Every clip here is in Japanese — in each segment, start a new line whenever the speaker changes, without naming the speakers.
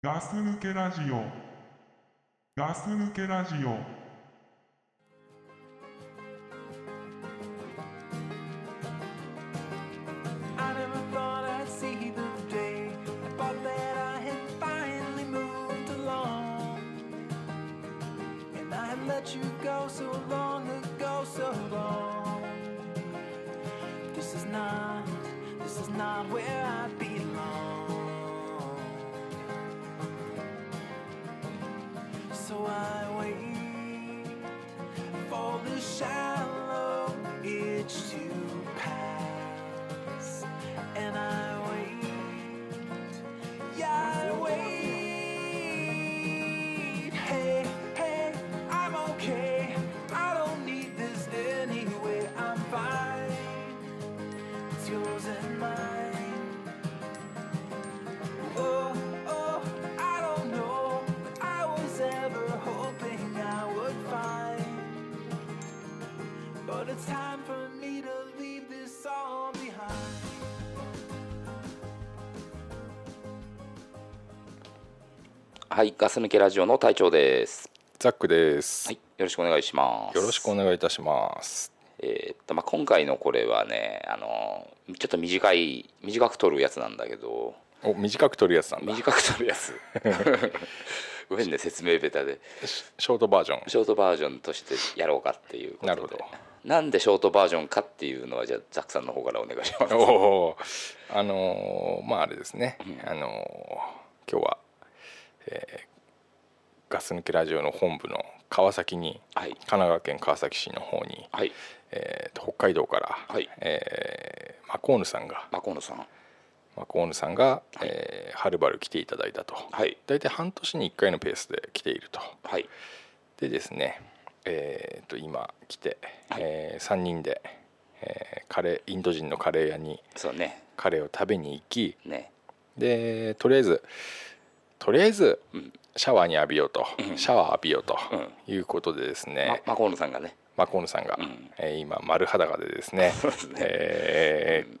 ガス抜けラジオ。ガス抜けラジオ。
I never thought I'd see the day. I thought that I had finally moved along. And I had let you go so long ago, so long. This is not, this is not where I belong. So I wait for the shallow itch to pass. And I wait, yeah, I wait. Hey, hey, I'm okay. I don't need this anyway. I'm fine. It's yours and mine. Oh, oh, I don't know. that I was ever hoping I would find. But it's time for me to leave this all behind.
はい、ガス抜けラジオの隊長です。
ザックです、
はい、よろしくお願いします。
よろしくお願いいたします。
えーっと、まあ、今回のこれはね、あの、ちょっと短い、短く撮るやつなんだけど。
お、短く撮るやつなんだ。
短く撮るや つ。ごめんね、説明ベタで、
シショートバージョン。
ショートバージョンとしてやろうかっていうことで。
なるほど
なんでショートバージョンかっていうのは、じゃあ、ザックさんの方からお願いします。
おおー、あのーまああれですね。あのー今日は、えーガス抜けラジオの本部の川崎に、
はい
神奈川県川崎市の方に、
はい、
えーと北海道から、
はい
えーマコーヌさんが
マコーノさん。
マコーヌさんが、えーはるばる来ていただいたと。
はい、
大体半年に1回のペースで来ていると。
はい、
でですねえーと今来て、え3人で、えーカレーインド人のカレー屋に
そうね、
カレーを食べに行き
ね、
でとりあえずとりあえずシャワーに浴びようと、シャワー浴びようということでですね、
まマコーノさんがね。
マコーヌさんが、えー今丸裸でですね
そう ですね
えー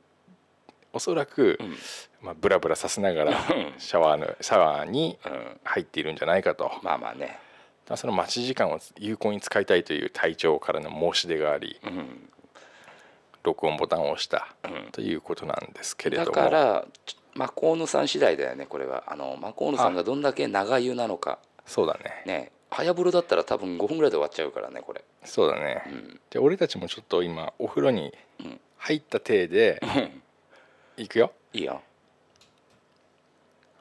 おそらく、まあ、ブラブラさせながらシャワーのシャワーに
うん、
入っているんじゃないかと
まあまあね。
まあその待ち時間を有効に使いたいという隊長からの申し出があり、
ん
録音ボタンを押した
ん
ということなんですけれど
だか
も、
らちょマコーヌさん次第だよねこれはあのマコーヌさんがどんだけ長湯なのか
そうだね
ね早風呂だったら多分5分ぐらいで終わっちゃうからねこれ
そうだね、
うん
で俺たちもちょっと今お風呂に
うん
入った体で、行くよ
いいよ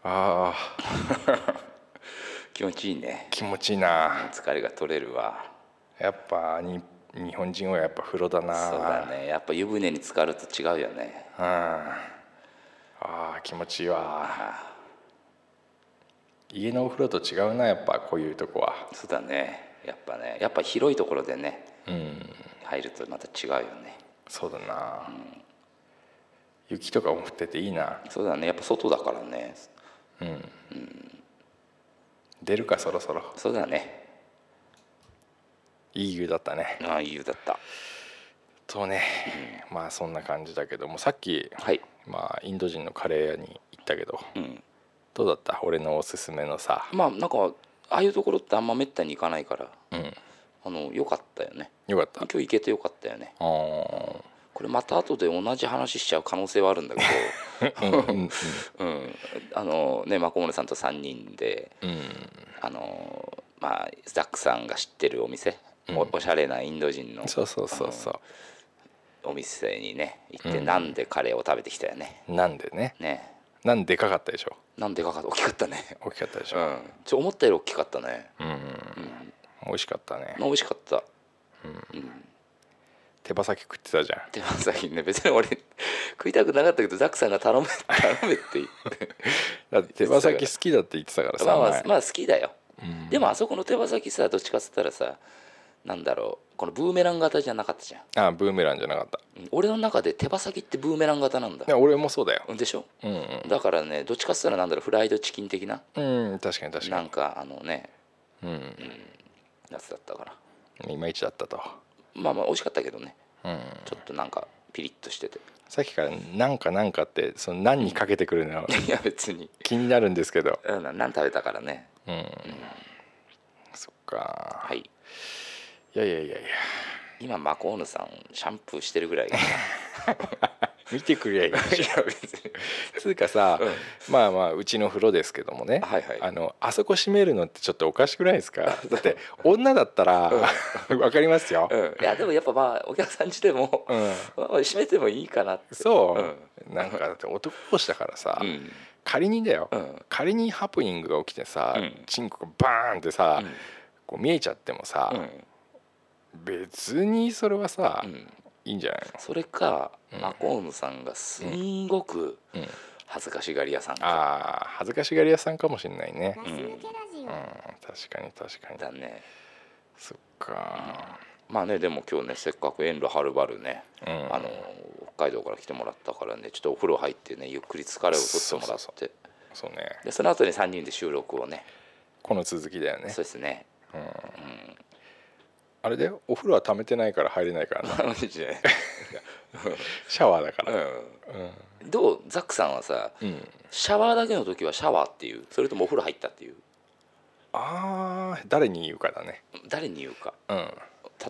あー
気持ちいいね
気持ちいいな
疲れが取れるわ
やっぱに日本人はやっぱ風呂だな
そうだねやっぱ湯船に浸かると違うよね
うんあー気持ちいいわ家のお風呂と違うなやっぱこういうとこは
そうだねやっぱねやっぱ広いところでね、入るとまた違うよね
そうだな、雪とかも降ってていいな
そうだねやっぱ外だからね
出るかそろそろ
そうだね
いい湯だったね
ああいい湯だった
とね、まあそんな感じだけどもさっき、
はい
まあ、インド人のカレー屋に行ったけど
うん
どうだった俺のおすすめのさ
まあなんかああいうところってあんまめったに行かないから
うん
あの良かったよね
よかった
今日行けてよかったよね
あー
これまた後で同じ話しちゃう可能性はあるんだけど、 うん、あのねマコモネさんと3人で
うん
あのまあザックさんが知ってるお店、おおしゃれなインド人の
そうそうそうそ
お店にね行ってなんでカレーを食べてきたよね、
うなんでね
ね
なんでかかったでしょ
なんでかかった大きかったね
大きかったでし
う
ょ、
んちょ思ったより大きかったね、
うん美味しかったね
美味しかった
手羽先食ってたじゃん
手羽先ね別に俺食いたくなかったけどザックさんが 頼め頼めって言って
だって手羽先好きだって言ってたからさ
まあまあ
前
まあ好きだよ、でもあそこの手羽先さどっちかっつったらさなんだろうこのブーメラン型じゃなかったじゃん
あブーメランじゃなかった
うん俺の中で手羽先ってブーメラン型なんだ
いや俺もそうだよ
でしょ、
うん
だからねどっちかっつったらなんだろうフライドチキン的な
うん、うん、確かに確か
な
に
んかあのね
うん
やつだったから
いまいちだったと
まあまあ美味しかったけどね
うん
ちょっとなんかピリッとしてて
さっきから「なんかなんか」ってその何にかけてくるの
いや別に
気になるんですけど
うんな何食べたからね
うんそっか、、
はいい
やいやいやいや
今マコーヌさんシャンプーしてるぐら いかない
見てくりゃいい
や別に
つうかさ、
うん
まあまあうちの風呂ですけどもね、
はいはい
あのあそこ閉めるのってちょっとおかしくないで すかだって女だったら わかりますよ、
うん、いやでもやっぱまあお客さんちでも、
うん
まあまあ閉めてもいいかなって
そう、なんかだって男同士だからさ、
うん
仮にだよ、
うん
仮にハプニングが起きてさ、
うん
チンコがバーンってさ、
うん
こう見えちゃってもさ、
うん
別にそれはさ、
うん
いいんじゃない
それか、
うん
マコーヌさんがすんごく
の、うん、
恥ずかしがり屋さんか
あー恥ずかしがり屋さんかもしれないね
ガ、ス抜けラジ
うん、
オ。
確かに確かに
だね
そっか
まあねでも今日ねせっかく遠路はるばるね、
うん
あの北海道から来てもらったからねちょっとお風呂入ってねゆっくり疲れを取ってもらって
そうそうね
でその後に3人で収録をね
この続きだよね
そうですね
あれでお風呂は溜めてないから入れないからな
楽しいじゃない
シャワーだから、
うんどうザックさんはさ、
うん、
シャワーだけの時はシャワーっていうそれともお風呂入ったっていう
あー誰に言うかだね
誰に言うか
うん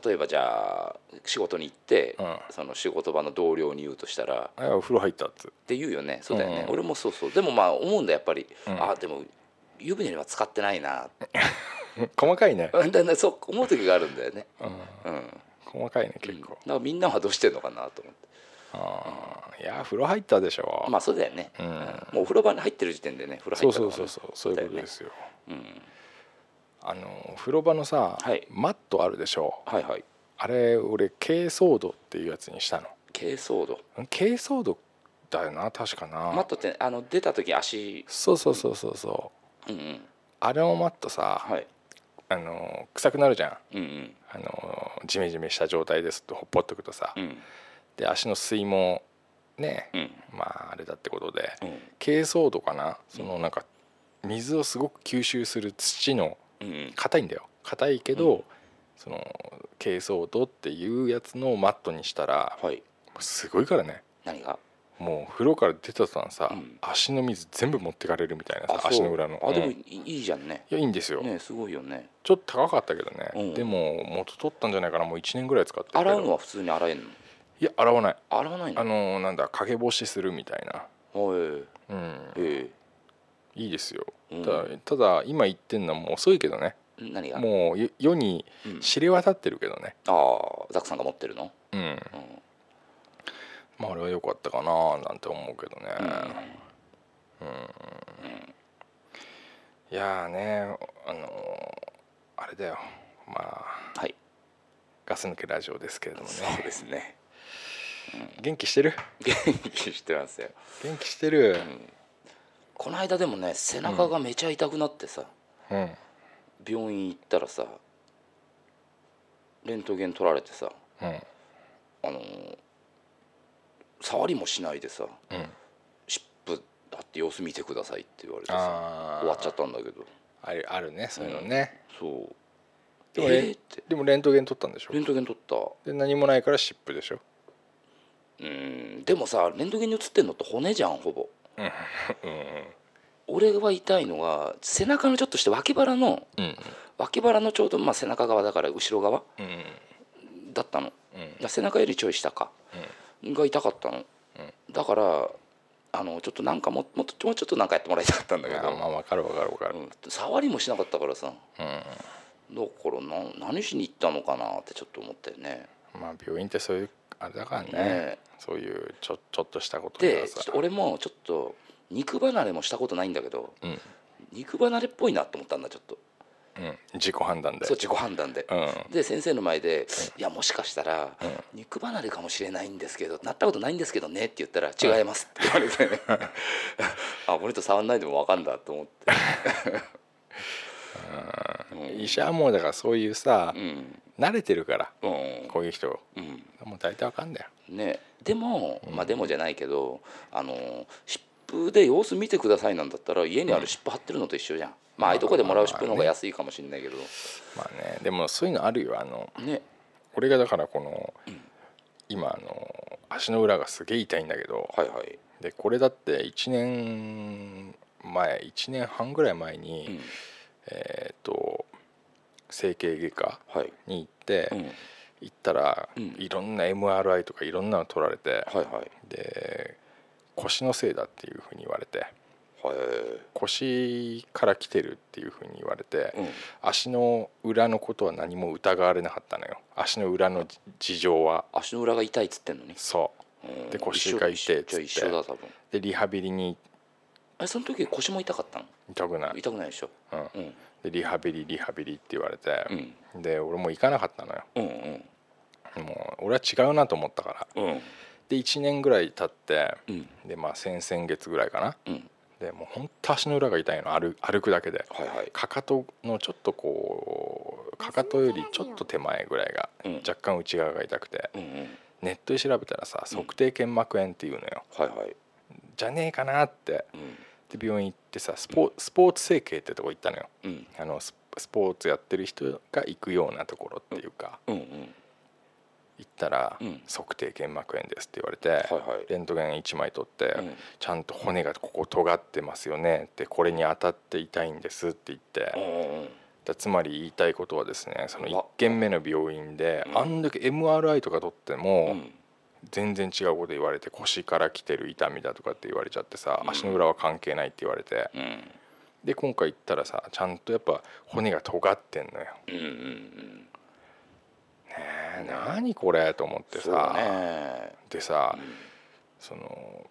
例えばじゃあ仕事に行って、
うん
その仕事場の同僚に言うとしたら
あお風呂入ったっつ
って言うよねそうだよね、
うん
俺もそうそうでもまあ思うんだやっぱり、
ん
あでも湯船には使ってないな
細かいね、
だんだんそう思う時があるんだよね、
うん、
うん
細かいね
うん
結
だ
構、
からみんなはどうしてんのかなと思って
あーいや風呂入ったでしょ、
まあそうだよね、
うん
もうお風呂場に入ってる時点でね風呂
そ
入
う
ったからね
そうそうそうそういうことですよ
うん
あのお風呂場のさ、
はい
マットあるでしょ
はいはい
あれ俺珪藻土っていうやつにしたの
珪藻土
珪藻土だよな確かな、
マットってあの出た時足
そうそうそうそうそう
うんうん
あれをマットさ、
はい
あの臭くなるじゃん
うんうん
あのジメジメした状態ですとほっぽっとくとさ、
うん
で足の水もね、
うん
まああれだってことで
うん
珪藻土かなそのなんか水をすごく吸収する土の
うんうん
硬いんだよ硬いけど、その珪藻土っていうやつのマットにしたら
はい
すごいからね
何が
もう風呂から出た途端さ、
うん
足の水全部持ってかれるみたいなさ
そう
足の裏の
あでも
うん
い
い
いいいじゃんね
やいいんですよ、
ねすごいよね
ちょっと高かったけどね、
うん
でも元取ったんじゃないかなもう1年ぐらい使ってるけど
洗うのは普通に洗えんの
いや洗わない
洗わないの
あのなんだ陰干しするみたい
はい
なうん
え
いいですよ、
うん
ただただ今言ってんのはもう遅いけどね
え何が
もうよ世に
うん
知れ渡ってるけどね
ああザックさんが持ってるの
うん、
ん
まああれは良かったかななんて思うけどねうん、いやーねあのーあれだよまあ
はい
ガス抜けラジオですけれども
そう
ね
ですね
元気してる
元気してますよ
元気してる
この間でもね背中がめちゃ痛くなってさ
うん、
病院行ったらさレントゲン取られてさ
うん
あのー触りもしないでさ
うん
湿布貼って様子見てくださいって言われてさ
ああ
終わっちゃったんだけど
あるあるねそういうのね、
そう
でも
え
レ
ーって
でもレントゲン取ったんでしょ
レントゲン取った
で何もないから湿布でしょ
うんでもさレントゲンに写ってんのって骨じゃんほぼ
うん
俺は痛いのが背中のちょっとして脇腹の
うん
脇腹のちょうどまあ背中側だから後ろ側
うん
だったの
うん
背中よりちょい下か、が痛かったの、だからあのちょっとなんかももっともうちょっとなんかやってもらいたかったんだけ
まあ
ど、
まあわかるわかるわかる
うん触りもしなかったからさ
う
だからな何しに行ったのかなってちょっと思ったよね
んまあ病院ってそういうあれだからね
ね
そういうちょちょっとしたこと
で
が
ち
さ
ょっと俺もちょっと肉離れもしたことないんだけど
うん
肉離れっぽいなと思ったんだちょっと
うん、自己判断で
そう自己判断で、
う
で先生の前で「いやもしかしたら肉離れかもしれないんですけどなったことないんですけどね」って言ったら「違います」って言われて ねあ俺と触んないでも分かんだと思って
ん、医者はもうだからそういうさ、
うん
慣れてるから
うん
こういう人
うん
もう大体わかんだよ
ねでもまあでもじゃないけどあの湿布で様子見てくださいなんだったら家にある湿布貼ってるのと一緒じゃんまあああいうとこでもらう湿布の方が安いかもしれないけど
まあねでもそういうのあるよあの
ね
俺がだからこの、今あの足の裏がすげえ痛いんだけど、
はいはい、
でこれだって1年前1年半ぐらい前に、
うん、
えっ、と整形外科
はい、
に行って、
うん、はい
行ったら、
うん
いろんな MRI とかいろんなの取られて、
はい
で腰のせいだっていうふうに言われて
はい、
腰から来てるっていうふうに言われて、
うん、
足の裏のことは何も疑われなかったのよ足の裏のじ事情は
足の裏が痛いっつってんのに、
そう
うん
で腰が痛いっ
一緒
つって
じゃあ一緒だ多分
でリハビリに
あれその時腰も痛かったの
痛くない、
痛くないでしょ
うん、
うん
でリハビリリハビリって言われて
う、ん
で俺もう行かなかったのよ
うんうん
もう俺は違うなと思ったから
うん
で1年ぐらい経って
うん
でまあ先々月ぐらいかな
うん
でもうほんと足の裏が痛いの歩歩くだけで
はいはい
かかとのちょっとこうかかとよりちょっと手前ぐらいが
うん
若干内側が痛くて
うんうん
ネットで調べたらさ測定腱膜炎っていうのよ
はいはい
じゃねえかなって
うん
で病院行ってさスポスポーツ整形ってとこ行ったのよ
うん
あのススポーツやってる人が行くようなところっていうか
うんうん
行ったら
うん
「測定腱膜炎です」って言われて
はいはい
レントゲン1枚取って
うん
「ちゃんと骨がここ尖ってますよね」って「これに当たって痛いんです」って言って
うんうんうん
だつまり言いたいことはですねその
うわ
1軒目の病院で
うん
あんだけ MRI とか取って
う
も
ん
全然違うこと言われて腰から来てる痛みだとかって言われちゃってさ
うん
足の裏は関係ないって言われて
うん
で今回行ったらさちゃんとやっぱ骨が尖ってんのよ。
うんうん
えー何これと思って
そうだ
さ
ね
でさその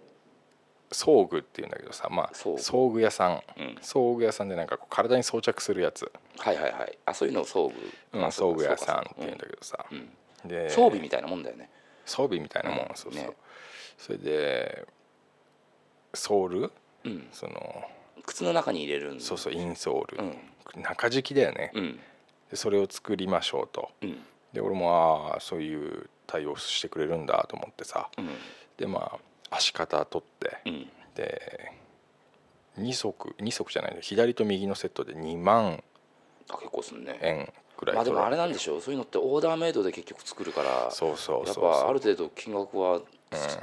装具っていうんだけどさまあ
装具
装具屋さん
うん
装具屋さんでなんかこう体に装着するやつ、
はいはいはいあそういうのを装具
うん、
あそ
装
うか
具屋さんって
そうかそうか
いうんだけどさ、
うんうん
で
装備みたいなもんだよね
装備みたいなもん、
うん
そうそう、
ね
それでソール
うん
その
靴の中に入れるん
そう
そ
そうインソール、
う
中敷きだよね、
うん
でそれを作りましょうと
うん
で俺もああそういう対応してくれるんだと思ってさ
うん
でまあ足型取って、
うん
で2足2足じゃない左と右のセットで2万
あ結構すんね
円ぐらい
まあでもあれなんで
ょ
しょうそういうのってオーダーメイドで結局作るから
そうそう
やっ
そう
ぱあ
そう
る程度金額は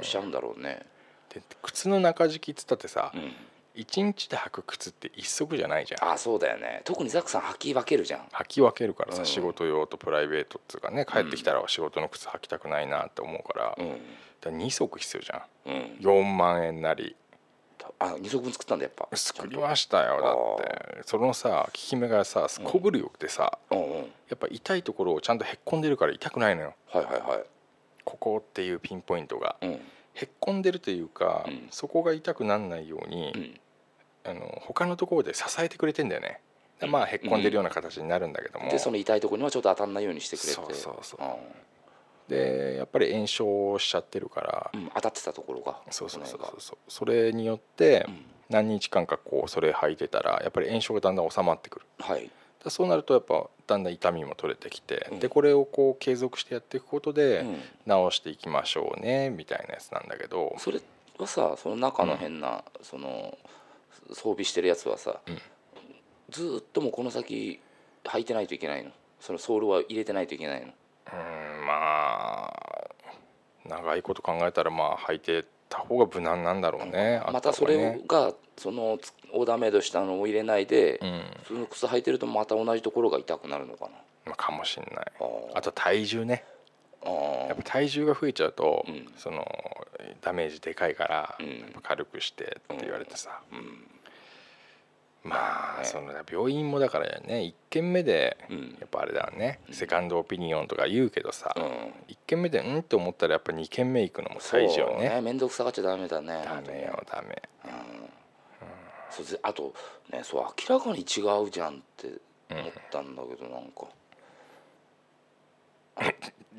しちゃうんだろうね
で靴の中敷きっつったってさ、
うん
一1日で履く靴って1足じゃないじゃん
あそうだよね特にザクさん履き分けるじゃん
履き分けるから
う
さ、
ん
仕事用とプライベートっつうかね帰ってきたら仕事の靴履きたくないなって思うから,、
うん
2足必要じゃ
うん
ん4万円なり
あ二足分作ったんだやっぱ
作りましたよだってそのさ効き目がさすこぶるよくてさ、
うんうんはい
やっぱ痛いところをちゃんとへっこんでるから痛くないのよ
はいは
ここっていうピンポイントが、
いうん
へっこんでるというか、
うん
そこが痛くならないように、
うん
あの他のところで支えてくれてんだよねでまあへっこんでるような形になるんだけども、
でその痛いところにはちょっと当たんないようにしてくれて
そうそうそう
う
でやっぱり炎症しちゃってるから、
んうん当たってたところが
そうそうそう
この
そうそうそれによって
ん
何日間かこうそれ履いてたらやっぱり炎症がだんだん収まってくる
辺がはい
だそうなるとやっぱだんだん痛みも取れてきて、
うん
でこれをこう継続してやっていくことで、
うん
直していきましょうねみたいなやつなんだけど
それはさその中の変な、その装備してるやつはさ、
うん
ずーっともうこの先履いてないといけないのそのソールは入れてないといけないの
うーんまあ長いこと考えたらまあ履いてた方が無難なんだろうねあ
ま
ったた
そ
方がね
れがそのつオーダーメイドしたのを入れないで、
うん、
普通の靴履いてるとまた同じところが痛くなるのかな
まあ、かもしんない
あー
あと体重ね
あー
やっぱ体重が増えちゃうと、
うん
そのダメージでかいから、
うん
やっぱ軽くしてって言われてさ、
うん
まあ、
ね
その病院もだからね1軒目で
うん
やっぱあれだね、セカンドオピニオンとか言うけどさ、
うん
一1軒目でうんって思ったらやっぱ2軒目行くのも最重
そう
ね
ね面倒くさがっちゃダメだね
ダメよダメ
そうぜあとねそう明らかに違うじゃんって思ったんだけどなんか、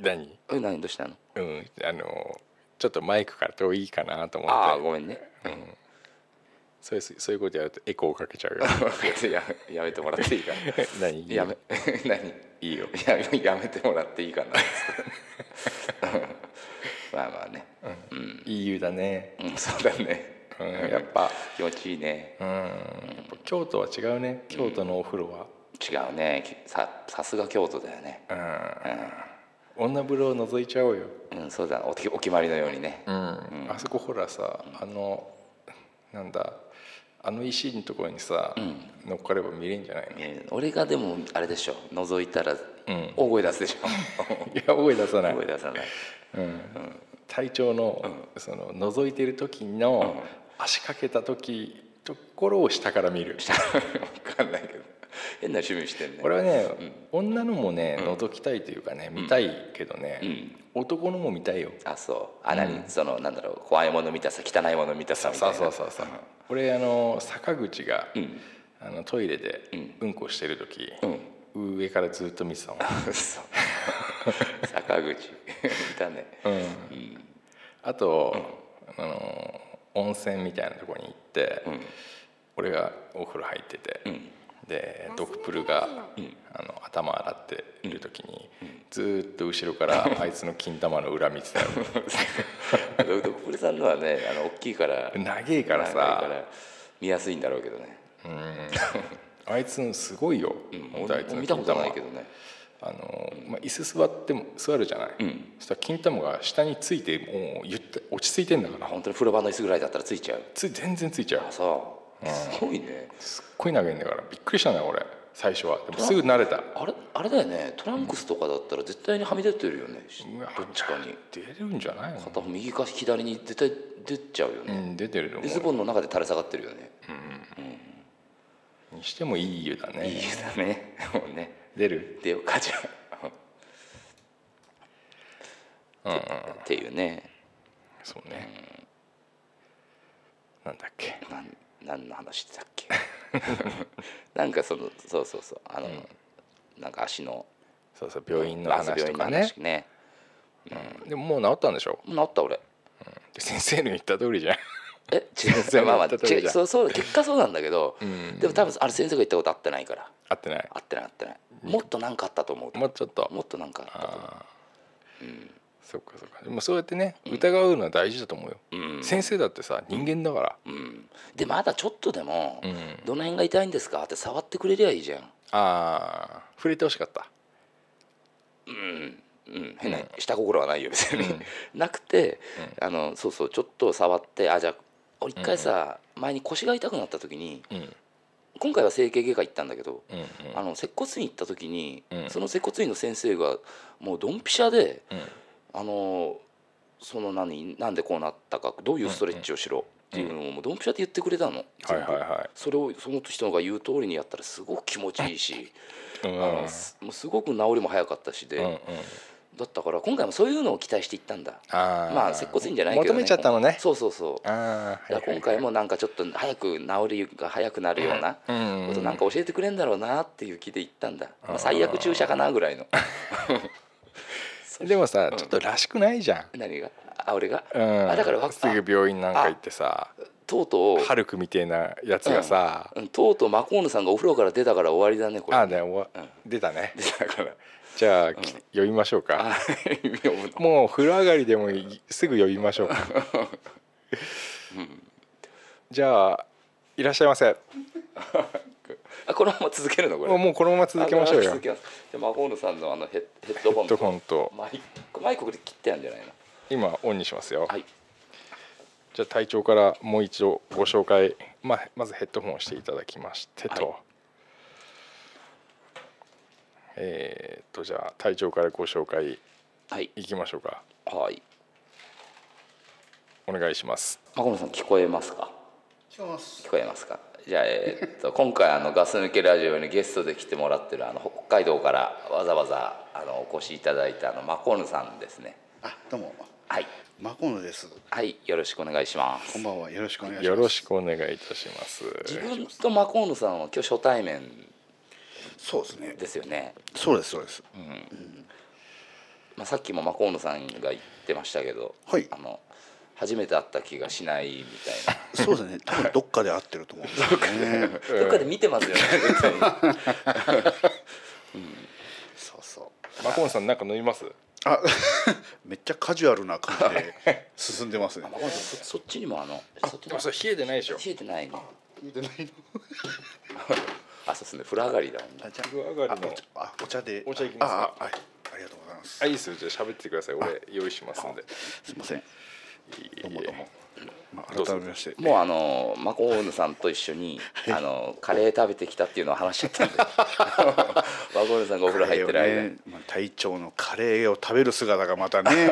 何
え何どうしたの
うんあのちょっとマイクから遠いかなと思
ああ
って
ごめんね、
そういうそういうことやるとエコーかけちゃうよ
ややめてもらっていいかな
何
やめ 何いいよ ややめてもらっていいかな まあまあね、
いい湯だね、
うん、そうだね
うん、やっぱ
気持ちいいね、
うんやっぱ京都は違うね京都のお風呂は
違うねきささすが京都だよね
うん、女風呂を覗いちゃおうよ、
うん、そうだお決お決まりのようにね、
うんあそこほらさあのなんだあの石のところにさ、乗っかれば見れんじゃないの
えー俺がでもあれでしょ覗いたら
うん
大声出すで しょ
いや声出さな
大
い
声出さない
隊長の,、その覗いてる時の、足掛けた時ところを下から見る
分かんないけど変な趣味してんね
これはね、女のもね覗きたいというかね見たいけどね、男のも見たいよ
あそうあ何、そのなんだろう怖いもの見たさ汚いもの見たさみたい
そう
な
そうそうそう俺あの坂口が、
ん
あのトイレでうんこしてる時、上からずっと見てたもん
嘘坂口 いたね、
あと、あの温泉みたいなとこに行って、俺がお風呂入ってて、でドクプルが、あの頭洗ってる時に、ずーっと後ろからあいつの金玉の裏見てた よ
ドクプルさんのはねあの大きいから
長えからさ
長いから見やすいんだろうけどね
あいつのすごいよ、本当あ
俺
いつ
も
の
見た
金
こと
玉
ないけどね
あの、まあ、椅子座っても座るじゃない、そしたら金玉が下についてもうゆった落ち着いてんだから
本当に風呂場の椅子ぐらいだったらついちゃう
つ全然ついちゃう
あそうすごいね
すっごい長いんだからびっくりしたんだよ俺最初はでもすぐ慣れた
あれあれだよねトランクスとかだったら絶対にはみ出てるよね
うわ
どっちかに
出るんじゃないの
多分右か左に絶対出ちゃうよ
う
ね、
ん出てると
でズボ
思
ンの中で垂れ下がってるよね、
うにしてもいい湯だね
いい湯だねもうね
出る
出ようかじゃあ
うんうん
っていうね
そうねなんだっけ
なん何の話だっ けなんかそのそうそうそうあの、なんか足の
そうそう病院の
あそう
話とか
病
ね
院の話ね
でももう治ったんでしょ
なった俺
で先生の言った通りじゃん
え違
先生
う
の
まあまあ
言った通り
違う
じゃん
そうそう結果そうなんだけど、
ん
でも多分あれ先生が言ったこと合ってないから
合ってない
合ってない合ってないもっとなんかあったと思う
もうちょっと
もっとなんかあったと思
そっかそっかでもそうやってね疑うのは大事だと思うよ、
うん
先生だってさ人間だから、
う、うん、でまだちょっとでも、
ん
どの辺が痛いんですか?」って触ってくれりゃいいじゃん、
ああ触れてほしかった
うん、変な下心はないよ別に、 なくて、あのそうそうちょっと触ってあじゃあ俺一回さ、前に腰が痛くなった時に
うんうん
今回は整形外科行ったんだけど、
うん
あの接骨院行った時に、
うん
その接骨院の先生がもうドンピシャで、
うん
あのその何なんでこうなったかどういうストレッチをしろっていうのをもうドンピシャで言ってくれたの、
はいはいは
それをその人が言う通りにやったらすごく気持ちいいし、
いうん
あのすもうすごく治りも早かったしで、
うんうん
だったから今回もそういうのを期待していったんだ
あー
まあ接骨院じゃないけど、ね、
求めちゃったのね
そうそうそう
ああ
だから今回もなんかちょっと早く治りが早くなるような
うんうん
ことなんか教えてくれんだろうなっていう気で行ったんだ、まあ、最悪注射かなぐらいの
でもさちょっとらしくないじゃん、
何があ俺が、
うん、
あだからわ
すぐ病院なんか行ってさ
とうと
ハルクみてえなやつがさ、
ううんとうとうマコーヌさんがお風呂から出たから終わりだねこれ
ああね、おわ出たね
だから
じゃあ、き呼びましょうか
あ意味思う
もう風呂上がりでもいいすぐ呼びましょうか、じゃあいらっしゃいませ
あこのまま続けるのこれ
もうもうこのまま続けましょう
あ
よ
続
ヘ
けますじゃあマコーヌさんのあのヘッヘッドホン
ッドホンと
マイクマイクこれ切ってやんじゃないの
今オンにしますよ、
はい
じゃあ隊長からもう一度ご紹介、まあ、まずヘッドホンをしていただきましてと、
はい
えーっとじゃあ隊長からご紹介
はい
いきましょうか
はい
お願いします
マコーヌさん聞こえますか
聞こえます
聞こえますかじゃあ、えーっと今回あのガス抜けラジオにゲストで来てもらってるあの北海道からわざわざあのお越しいただいたあのマコーヌさんですね
あどうも
はい
マコノです
はいよろしくお願いします
こんばんはよろしくお願いします
よろしくお願いいたします
自分とマコーヌさんは今日初対面
そうですね
ですよね、
そうですそうです、
まあ、さっきもマコーヌさんが言ってましたけど、
はい
あの初めて会った気がしないみた い
そうですね多分どっかで合ってると思うんですよね
などっかで見て ますよね絶対に
そうそう
マコンさんなんか飲みます
あめっちゃカジュアルな感じで進んでますね
マコーヌさんそそっちにもあのそっち
でもそれ冷えてないでしょ
冷えてないの
聞いてないの
あそうですね風呂上がりだもんね
あじゃ
風呂上が
あ
りの
あお茶あお茶で
お茶いきますか
ああはいありがとうございます
あいいですよじゃあ喋ってください俺用意しますんです
いませんどうもどうも、まあ、
どうぞ
改めまして
もうあのマコーヌさんと一緒にあのカレー食べてきたっていうのは話しちゃ ったんでマコーヌさんがお風呂入ってる
カ
間
レーを
に
ねまあ、隊長のカレーを食べる姿がまたね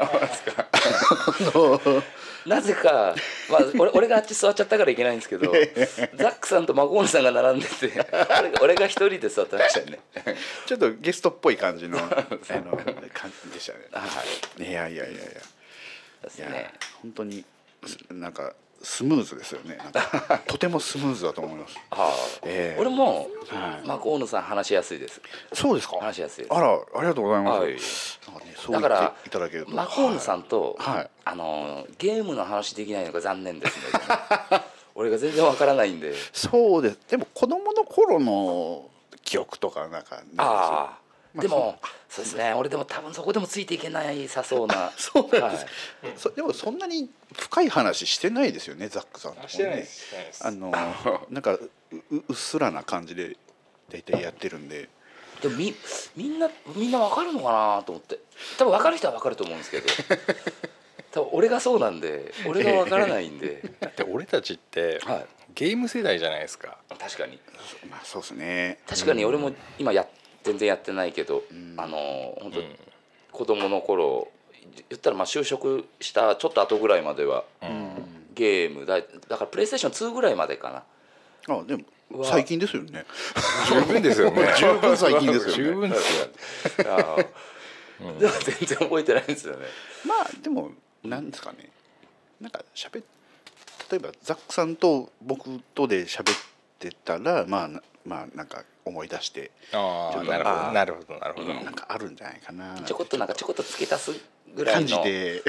なぜか、まあ、俺俺があっち座っちゃったからいけないんですけどザックさんとマコーヌさんが並んでて俺が俺が一人で座ってましたよね。
ちょっとゲストっぽい感じの あの感じでしたね
はい
いやいやいやいや
です
いや、
ね
本当にすなんかスムーズですよねなん かとてもスムーズだと思います
はあ
ええ
俺も、
はい
マコーヌさん話しやすいです
そうですか
話しやすいです
あらありがとうございます、
はい
なんかねそう言
だ
っ
から
ていただけると
マコーヌさんと、
はいはい
あのーゲームの話できないのが残念ですね 俺が全然わからないんで
そうですでも子供の頃の記憶とかなんかね
ああ
まあ
でもそうですね俺でも多分そこでもついていけないさそうな
そうなんです
はい
そでもそんなに深い話してないですよねザックさんともね
してないですしてないです
あのなんかううっすらな感じで大体やってるんで
でもみみんなみんなわかるのかなと思って多分わかる人はわかると思うんです けど多分俺がそうなんで俺がわからないん で
だって俺たちって、
はい
ゲーム世代じゃないですか
確かに
まあそうですね
確かに俺も今や全然やってないけど、あの本当、
ん
子供の頃言ったらまあ就職したちょっと後ぐらいまでは、ゲームだだからプレイステーション2ぐらいまでかな
あでも
うわ
最近ですよね
十分ですよね
十分最近ですよね
十分ですよ
あー でも全然覚えてないんですよね
まあでもなんですかねなんか喋っ例えばザックさんと僕とで喋ってたらまあなまあなんか思い出して
ああなるほどなるほどなるほど、
なんかあるんじゃないかな
ちょこっとなんかちょこっと付け足すぐらい
感
の
じで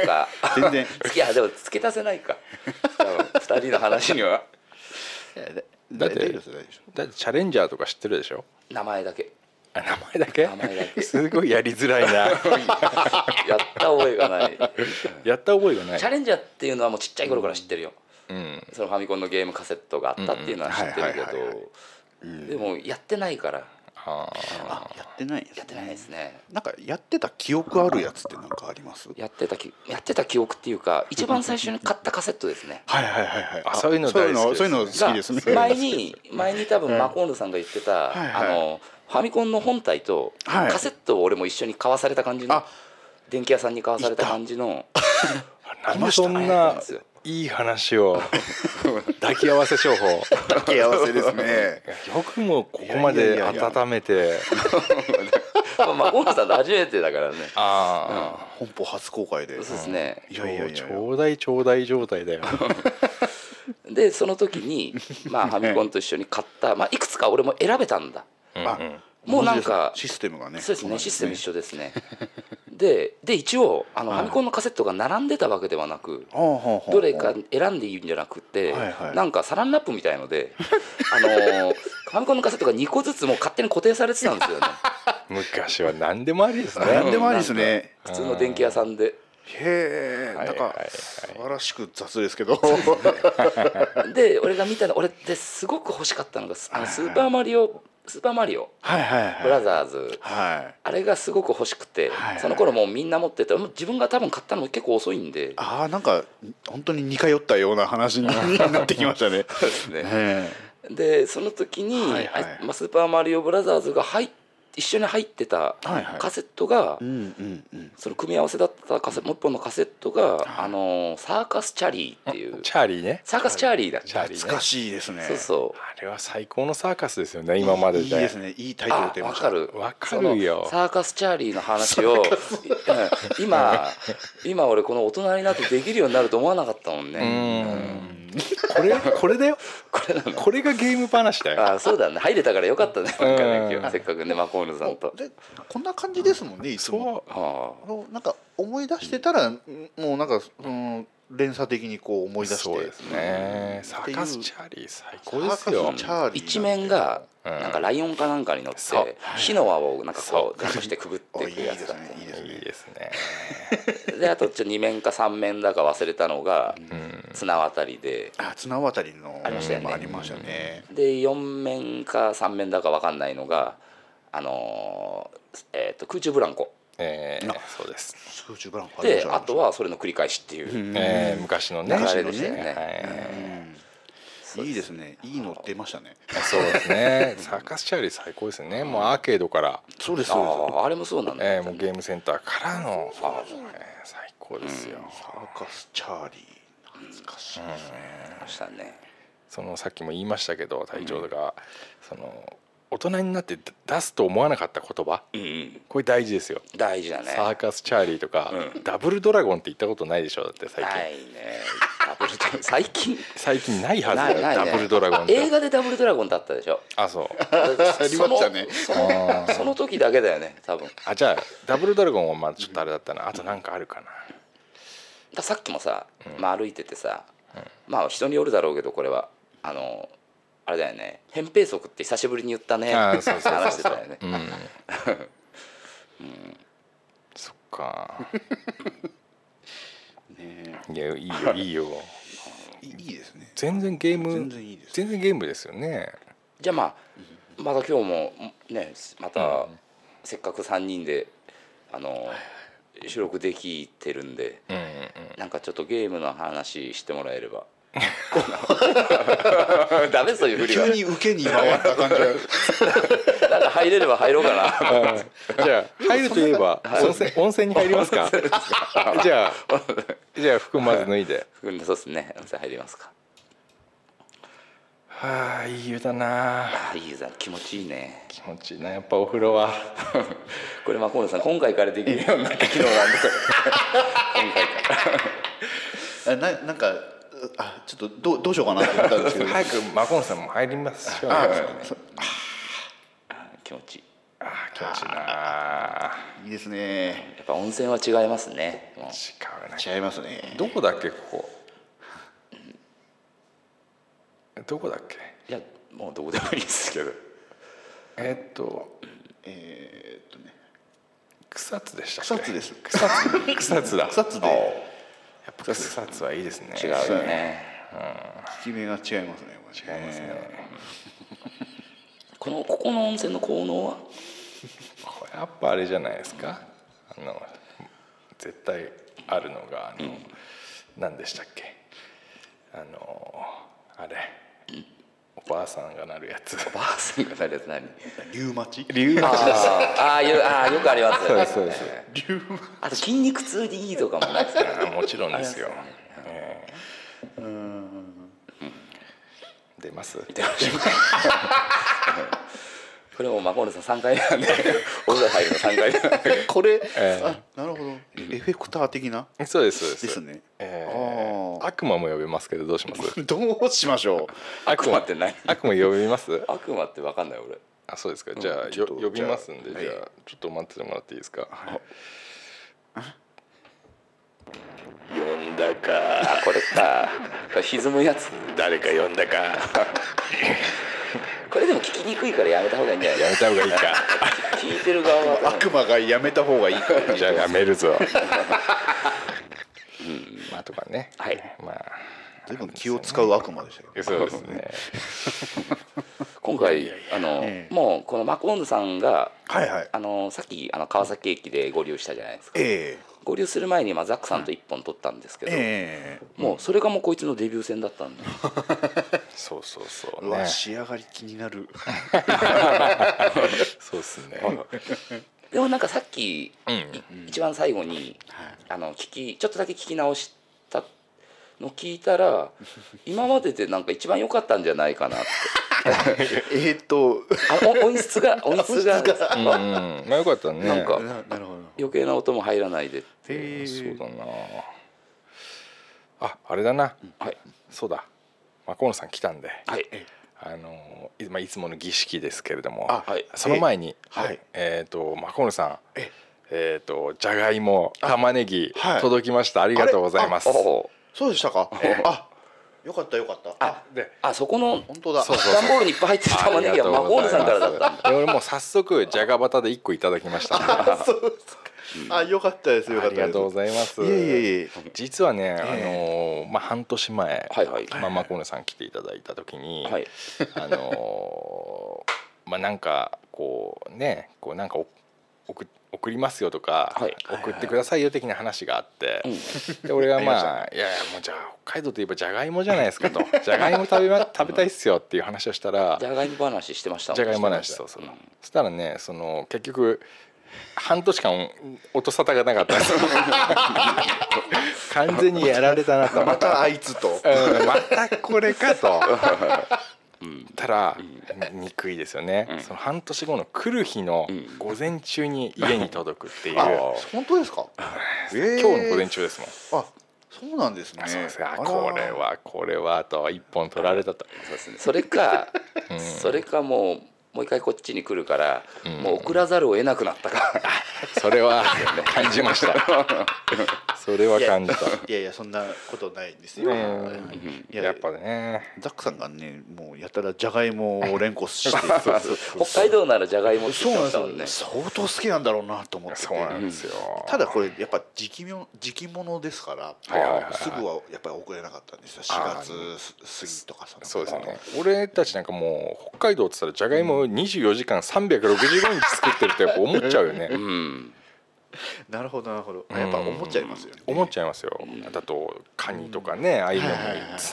とか
全然
いやでも 付け足せないか多分2人の話には
だって
大丈夫です大丈夫です
だってチャレンジャーとか知ってるでしょ
名前だけ
あ名前だけ
名前だけ
すごいやりづらい な
やった覚えがない
やった覚えがない
チャレンジャーっていうのはもうちっちゃい頃から知ってるよ、
うん
そのファミコンのゲームカセットがあったっていうのは知ってるけ
うんうんはいはいはいはい
どでもやってないから
ああ
あやってない
やってないですね
なんかやってた記憶あるやつってなんかあります
やってたきやってた記憶っていうか一番最初に買ったカセットですね
はいはいはいはい
あそういうの大好きです
そういうのそう いうの好きですね
が前に前に多分マコールさんが言ってた、
はいはい
あのファミコンの本体と
はい
カセットを俺も一緒に買わされた感じの
あ
電気屋さんに買わされた感じの
なんでそん
ありましたね
ないい話を抱き合わせ商 法
掛け合わせですね
よくもここまで温めて
まあマコールさんと初めてだからね
ああ
本邦初公開で
そうですね
いやいやいや
ちょうだいちょうだい状態だよ
でその時に、 まあ、ファミコンと一緒に買った、まあ、いくつか俺も選べたんだ
あ
もうなんか
システムがね
そうですねシステム一
緒
緒ですねでで一応あのファミコンのカセットが並んでたわけではなくどれか選んでいいんじゃなくて
はいはい
なんかサランラップみたいのであの ーファミコンのカセットが2個ずつもう勝手に固定されてたんですよ ね
昔は何でもありですね
何でもありですね
普通の電気屋さんで
へえ
はい
な
は
ん
い
か
はい
素晴らしく雑で すけど
で俺が見たの俺ですごく欲しかったのがあのスーパーマリオスーパーマリオ
はいはい
ブ
は
ラ
い
ザーズ
はい
あれがすごく欲しくて、
はいはい
その頃もうみんな持っててもう自分が多分買ったのも結構遅いんで
ああなんか本当に似通ったような話になってきましたね
ね
ね
でその時に、
はいはい
あまあスーパーマリオブラザーズ」が入っ一緒に入ってた
はいはい
カセットが、
うんうんうん
その組み合わせだったカセもう一本のカセットが、あのーサーカスチャリーっていう
チャーリーね
サーカスチャーリーだ
チャーリー
懐
ね
かしいですね
そうそう
あれは最高のサーカスですよね今まで
いい
で
ですねいいタイトル
あ
出ま
わ
し
か
た
る
わかるよ
そのサーカスチャーリーの話をうん今今俺この大人になってできるようになると思わなかったもん
う
ね
んこれこれだよ
これなの
これがゲーム話だよ
あそうだね入れたからよかったねなんかね
うん
今日せっかくねマコールさんと。
でこんな感じですもんねいつも
そう
はあ
あのなんか思い出してたら、もうなんかその連鎖的にこう思い出して
そうですねサーカスチャーリー最高ですよ
サーカスチャーリーなんて
一面が
うん
なんかライオンかなんかに乗っ
そうは
て火の輪をなんかこうそしてくぐって
あ
い
いい
くや
で
つ
す
だった
ねいいです
いい
ね
ですね
であとちょ2面か3面だか忘れたのが綱渡りで
あ綱渡りの
ありましたよね
ありましたね
で4面か3面だか分かんないのがあのーえー、と空中ブランコ
えー
あ
そうです、
数十ブランコ
であとはそれの繰り返しっていう
うん
えー昔のね
流
昔
れ
の
でしたよね。
はい
いいですねいいの出ましたね
そうですねサーカスチャーリー最高ですねもうアーケードから、
そうです
あ
そうです
ーあれもそうなんだ、
えーもうゲームセンターからのあー、えー最高ですよ、
サーカスチャーリー懐かしいですね
ありましたね。
そのさっきも言いましたけど隊長が、その大人になって出出すと思わなかった言葉
うんうん、
これ大事ですよ、
大事だね。
サーカスチャーリーとか、
うん
ダブルドラゴンって言ったことないでしょだって最近、
ないね。ダブルドラゴン最近
最近ないはず
な
だ
い
よ、
ない、ね、
ダブルドラゴンって
あ映画でダブルドラゴンだったでしょ。
あそう
あ
りましたね
そのそのその時だけだよね多分。
あじゃあダブルドラゴンはまあちょっとあれだったなあとなんかあるかな
ださっきもさ、まあ、歩いててさ、まあ人によるだろうけどこれはあのあれだよね扁平足って久しぶりに言ったね
あーそうそうそう
話してたよね
うんそっか
ね
いやいいよいいよ
いいいですね
全然ゲーム
全然いいです
全然ゲームですよね
じゃあまあまた今日もねまたせっかく3人であの収録できてるんで
うんうん
なんかちょっとゲームの話してもらえれ ばダメそういうふりは
急に受けに回った感じが
なんか入れれば入ろうかな
じゃあ入るといえば温泉温泉に入ります かじゃあじゃあ服まず脱いで
うんそうですね温泉入りますか
はあいい湯だな
あいいじゃん気持ちいいね
気持ちいいなやっぱお風呂は
これまあ河野さん今回からできるようになった機能なんでこれ今回から
あ ななんかあちょっとどうどうしようかなって思ったんですけど
早くマコンさんも入りましょうよ
気持ちいい
あ気持ちいいない
いですね
やっぱ温泉は違いますねもう
違うな
違いますね
どこだっけここどこだっけ
いやもうどこでもいいですけど
えーっと
えーっとね
草津でしたっけ
草津です
草津草津だ
草津で
やっぱ草津はいいですね
違うよね
効き目が違いますね違いますね
このここの温泉の効能は
これやっぱあれじゃないですかあの絶対あるのがあの、何でしたっけあのあれおばあさんがなるやつ
バースがなるやつ何
竜町
竜 が
あーあーよあーよくあります
そう
よ
で
ね
すそうです
あと筋肉痛にいいとかもないですか
あもちろんですよ、ええ出ます
これもうマコールさん三回目 なんでお風呂入るの三回目なんで
これ、
ええ
あなるほどエフェクター的な
そうですそうです
ですね
ええ
あ
悪魔も呼べますけどどうします
あ どうしましょ
悪魔って何
悪魔呼びます
悪魔ってわかんない俺
あそうですかじゃあ、
ち
よ
ょっと
呼びますんでじ
じ
ゃ
ゃ
あ
あ、
ちょっと待っててもらっていいですか、
呼んだかこれかこれ歪むやつ誰か呼んだか これでも聞きにくいからやめた方がいいんじゃない
やめた方がいいか
聞いてる側
う
は
悪魔がやめた方がいいか
じゃあやめるぞ、まあとかね
はい
まあ
随分気を使う悪魔でしたよ
そうですね
今回あの
ええ
もうこのマコーンヌさんが
はいはい
あのさっきあの川崎駅で合流したじゃないですか
え
合流する前に、まあ、ザックさんと一本取ったんですけ
え
ど、
ええ
もうそれがもうこいつのデビュー戦だったんで
そうそうそう
う
ね
わ仕上がり気になる
そうですね
でもなんかさっき、
うん
い一番最後にあの聞きちょっとだけ聞き直したの聞いたら 今まででなんか一番良かったんじゃないかなって
えーっ と
あお音質が音質が
うんうんまあよかったね
なんか
ななるほど
余計な音も入らないで
ええ
そうだなああれだな、
はい
そうだまあ河野さん来たんで
はい
あのい,、まあ、いつもの儀式ですけれども
あ
はい
その前に、
はい
えっ、とマコールさん
え
えっ、とじゃがいも玉ねぎ、
はい
届きましたありがとうございます
おお
そうでしたかあよかったよかったあ
で
あそこの
本当だ
そうそう
段ボールにいっぱい入ってる玉ねぎはマコールさんからだった
た俺もう早速じゃがバタで一個いただき ましたあ
あ そうですかあよかったですよかっ
り
たです
がとうございます
いえいえいえ
実はね、
え
あのまあ、半年前、
はいはい
まあ、マコーネさん来ていただいた時に、
はい
あのまあなんかこうねこうなんかお送送りますよとか、
はい
送ってくださいよ的な話があって、
う
で俺がまあ
あ
いやいやもうじゃあ北海道といえばじゃがいもじゃないですかとじゃがいも食べ,、ま、食べたいっすよっていう話をしたら
じゃがいも話してましたもん
じゃがいも話そうそう、
ん
そしたらねその結局半年間音沙汰がなかったんです 完全にやられたなと
またあいつと
うんまたこれか と。たら憎いですよね、
うん
その半年後の来る日の
うん
午前中に家に届くっていう、
あ
今
本当ですか今
日の午前中ですもん、
あそうなんですね
あそうです
あ
あ
ら
これはこれはと一本取られたと、
そうですねそれか、
うん
それかもうもう一回こっちに来るから、
うん
もう送らざるを得なくなったか
そ れは感じましたそれは感じた
いやいやそんなことないですよ、
うん
いや
や
や
っ
っ
ぱ
ぱ
ね
ザックさんがねもうやたらじゃがいもを連呼 して
北海道ならじゃがいもって
そう
言ってました
な
も
ん
んね
ですよ相当好きなんだろうなと思ってて
そうなんですよ、
ただこれやっぱ時期も時期物ですから、
はいはいはいはい
すぐはやっぱり送れなかったんですよ
あ
4
ー
月す過ぎとかさ
そうですね俺たちなんかもう北海道って言ったらじゃがいもを24時間365日作ってるってやっぱ思っちゃうよね
うん
なるほどなるほどやっぱ思っちゃいますよね
思っちゃいますよ、だとカニとかねああいうのも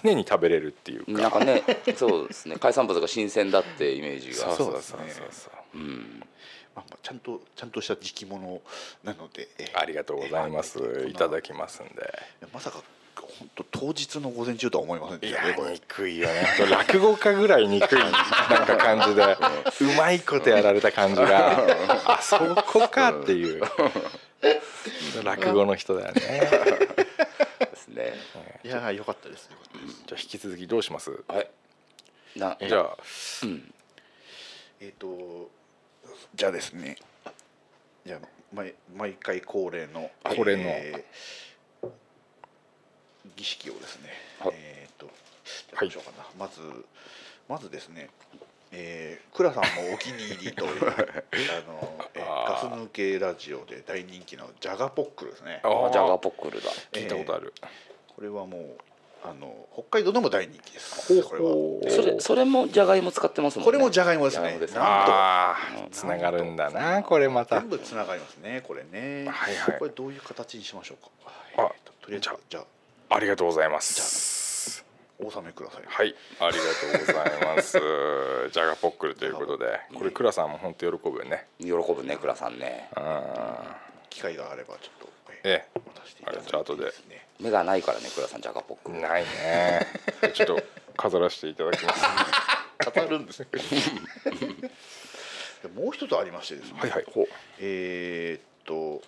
常に食べれるっていうか、
なんか ねそうですね海産物が新鮮だってイメージが
そう
そう
うん
まあまあちゃんとちゃんとした時期物なのでえ
ありがとうございます
えー
いただきますんで
まさか本当当日の午前中とは思いませんで
い
し
や
たねこれ
憎いよね落語家ぐらい憎いなんか感じでうまいことやられた感じがあそこかっていう落語の人だよね
ですね
いやーよかったですよかったです
じゃあ引き続きどうします
はいな
じゃあ
うん
えっ、とじゃあですねじゃあ毎毎回恒例の
恒例の
えー儀式をですね
はい
えっ、とじゃあ
はい
どうしようかな、まずまずですねえー、倉さんもお気に入りという あの、えー
あー
ガス抜けラジオで大人気のジャガポックルですね
あ
あじゃがポックルだ
聞いたことある、
これはもうあの北海道でも大人気ですこれは
それそれもじゃがいも使ってますもんね
これもじゃがいもです
じゃがい
ね
もですね
なんと
ああつながるんだなこれまた
全部つながりますねこれね、
はいはい
これどういう形にしましょうか
あ
えーととりあえ
じ
ずじ
ゃ
ゃ
あ
じゃあ
ありがとうございます。
お納めください、
はい、ありがとうございます。 ジャガポックルということで、これ倉さんも本当喜ぶよね。
喜ぶね倉さんね
うん、
機会があればちょっと、
ええ
渡していただいて
あれじゃあ後で
ですね
目がないからね倉さんじゃがポックル
ないね。 ちょっと飾らせていただき ます。
語 るんですねでもう一つありましてですね、
はいはい、ほう。
えーっと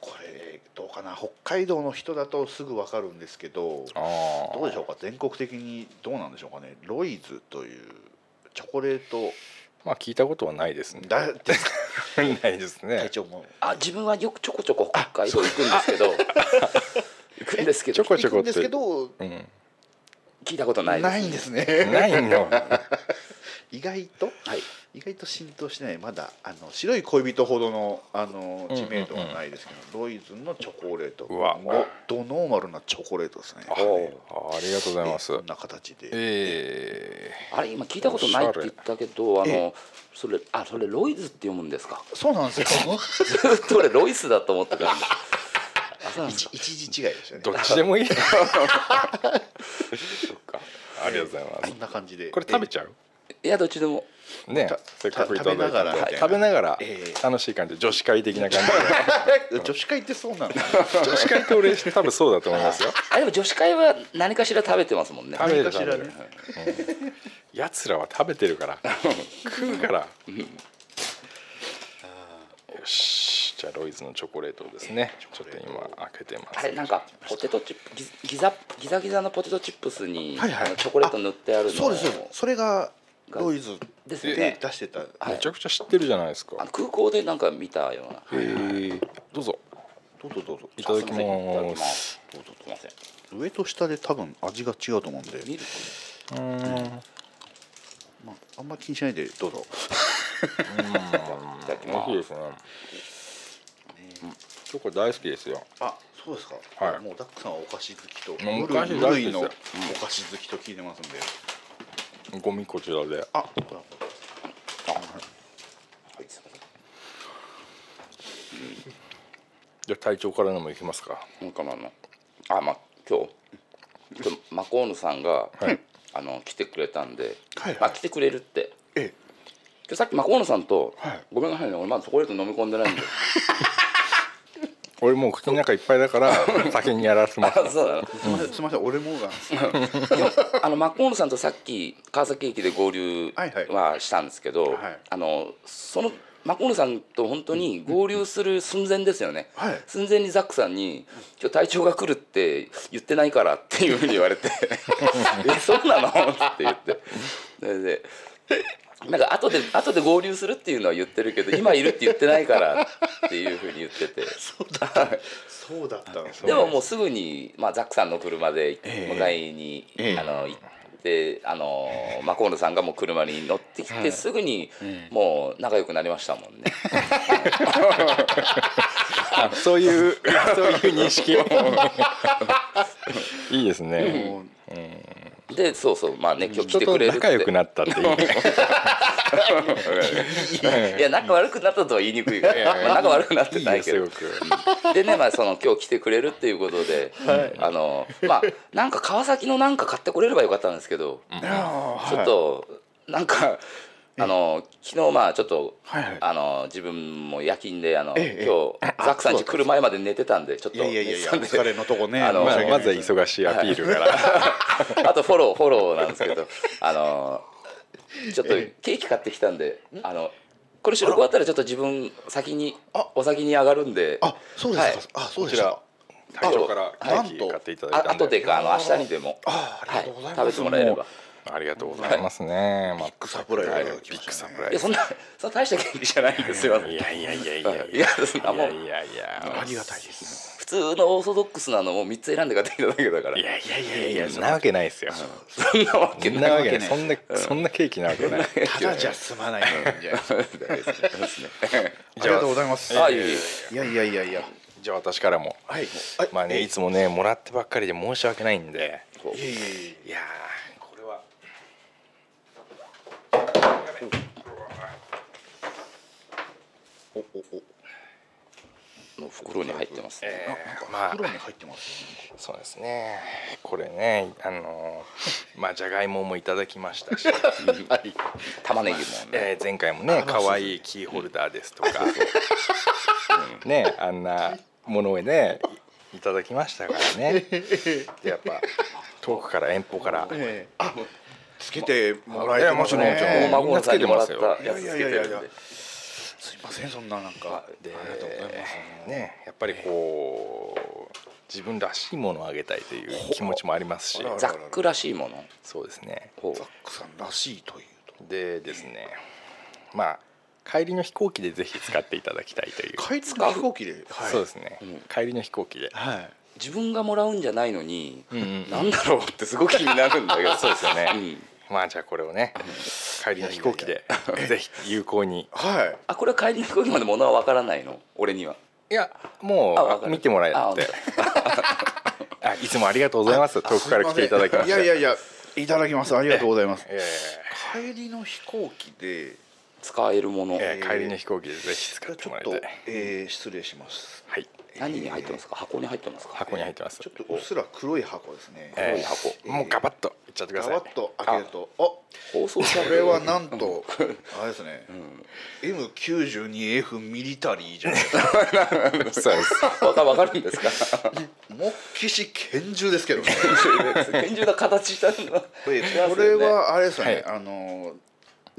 これどうかな北海道の人だとすぐわかるんですけど
あ
どうでしょうか全国的にどうなんでしょうかねロイズというチョコレート
まあ聞いたことはないですね。
だ
ないですね
会。長も
あ自分はよくちょこちょこ北海道行くんですけど行くんですけ
ちょ
ど
こち
行
ょ
く
こっ
んですけ
て。
ど
うん、
聞いたことないです
ないんですね
ない の。
意外と
はい
意外と浸透してないまだあの白い恋人ほどのあの
ん
知名度はないですけど、ロイズのチョコレート
うわ
もドノーマルなチョコレートですね
ああありがとうございます
こん。な形で
え
あれ今聞いたことないって言ったけどあのそれあそれロイズって読むんですか
そうなん ですよ
ずっと俺ロイスだと思ってたんですあそうなんです
一
か
一時違いですよ
えどっ
ね
ちでも いい。そっか。ありがとうございま
そ
す
ん。な感じで
これ食べちゃう？
いやどっちでも
ね
た、
せっかくいただいたんで
た食べながらみたいな
食べながら
ええ
楽しい感じで女子会的な 感じで
ええ女子会ってそうなの
女子会って俺多分そうだと思いますよ
あでも女子会は何かしら食べてますもんね
食べる
何か
食
し
べ
ら
る
ね、
うん、やつらは食べてるから 食うからよしじゃあロイズのチョコレートをですねちょっと今開けてま
あ
す
れなんかポテトチップギギザギザギザのポテトチップスに、
はいはい
あのチョコレート塗ってあるの
そうですそうですそれがロイズ
ですよ
で
ね
出してた
はい
めちゃくちゃ知ってるじゃないです
あ
か
の空港でなんか見たような
へえどうぞ
どうぞどうぞ
いただきます
いただきますどうぞすいません
上と下で多分味が違うと思うんで、
ミルク
うーん
まあ、あんま気にしないでどうぞ
いただき
美味
ま
し
す
いですねうんチョコ大好きですよ
あそうですか、
はい
もうダックさんはお菓子好きと
もう
無
お菓子
類
大好
無
きで
類
す
の
よ
お菓子好きと聞いてますんで
ゴミこちらで
あほらほら
あはい
じゃあ隊長からのもいきますか
なんかなのあまあ今日ちょっとマコーヌさんが、
はい
あの来てくれたんで、
はいはい
まあ、来てくれるって
え
今日さっきマコーヌさんと、
はい
ごめんなさいね俺まだチョコレート飲み込んでないんで
俺もう口の中いっぱい だから先にやらせま
あ
す
そうだな
えすみませんすみません俺もが
あのマコーヌさんとさっき川崎駅で合流
はいはい
はしたんですけど、
はい
あのそのマコーヌさんと本当に合流する寸前ですよね、
はい
寸前にザックさんに「今日隊長が来るって言ってないから」っていうふうに言われ て「えそうなの?」って言ってそれで。なんか後で後で合流するっていうのは言ってるけど今いるって言ってないからっていうふうに言って て
そうだったんです
でももうすぐに、まあ、ザックさんの車で迎えに、あの行ってあのマコーヌさんがもう車に乗ってきて、すぐにもう仲良くなりましたもんね。
あそう いうそういう認識を いいですね
もう
でそうそうまあね今日来
人
てく
と
れるって
仲良くなったっていう
いや仲悪くなったとは言いにくいからまあ仲悪く なってないけ
いい
ど
よすごく
でねまあその今日来てくれるっていうことで、あのまあなんか川崎のなんか買ってこれればよかったんですけど、ちょっとなんかあの昨日まあちょっと、
はいはい
あの自分も夜勤であの、
ええ
今日ザックさん家来る前まで寝てたんでちょっと
いやいやいやいや
そ
お
んで
疲れのとこね
あの
まあ
申し訳ない
まずは忙しいアピールから
あとフォローフォローなんですけどあのちょっとケーキ買ってきたんであのこれ収録終わったらちょっと自分先に
あ
お先に上がるんで
あそうですか、
はい
あそうでした
隊長からケ
なんと
ーキ買っていただい
あ
たん
後で
で
かあの明日にでも
あありがとうございます
食べてもらえれば
ありがとうございますねまあ
ビッグサプライズが
はい
来
ビ
ま
ッグ
した
サ
ね
プラ
い
イ
や
ズ
そんなそんな大したケーキじゃないんですよ
いやいやいやい
は
や
いいやそんなもう
いやいや
ありがたいです
普通のオーソドックスなのを3つ選んで買ってきただけだから
いやいやいやいやそんなわけないですよ
そんなわけ
そんなわけないそんなそんなケーキなわけない
ただじゃ済まない んじゃあり
じゃ
が
あ
とうございます
あいえいえ
いやいやいやいや
じゃあ私からも
はい
まあねいつもねもらってばっかりで申し訳ないんで
こ
いやいやいや
いやーこれは
おおお
うの袋に入ってますね
えー
なん
ま
か
あ
袋に入ってます
そうですねこれねあのーまあじゃがいももいただきましたし、
はい
玉ねぎもね
えー前回もね可愛いキーホルダーですとか、うんねあんなものをねいいただきましたからねでやっぱ遠くから遠方から。
ええあつけてもらえ
い
て
や
ま
も
す
ち
ね
ろんもちろん
もう孫のさんにもらっ
みんな
た
つけ
や
てま
つ
す
つ
よ
けてるん
いやいやいやい
です
いませんそんななんか
で
ありがとうございます
ねやっぱりこう自分らしいものをあげたいという気持ちもありますし
あらあら
ザックらしいもの
そうですね
ほ
ザッ
う
クさんらしいというと
でですねまあ帰りの飛行機でぜひ使っていただきたいという、
帰りの飛行機ではい
そうですね、帰りの飛行機で、
はい
自分がもらうんじゃないのに
うんうん
なんだろうってすごく気になるんだけど
そうですよね、
うん
まあじゃあこれをね帰りの飛行機でぜひ有効に
はい
あこれは帰りの飛行機まで物は分からないの俺にはい
やも
あわか
う
る
見てもらえ
あ
ってあいつもありがとうございます遠くから来ていただきまして
いやいやいやいただきますありがとうございます
え
帰りの飛行機で
使えるもの
えええ帰りの飛行機でぜひ使って
ちょ
もら
っ
い
と
たい、
えー失礼します
はい
何に入ってますか箱に入ってますか
箱に入ってます
ちょっとうっすら黒い箱ですね
え
黒
え
い箱
もうガバッといっちゃってくだ
ガ
さい
バッと開けるとあこ
放送車
れはなんとあれですね M92F ミリタリーじゃないですか
そうです
わかわかるんですか
もっきし拳銃ですけどね
拳銃の形したの
これはあれですよね、
はい
あの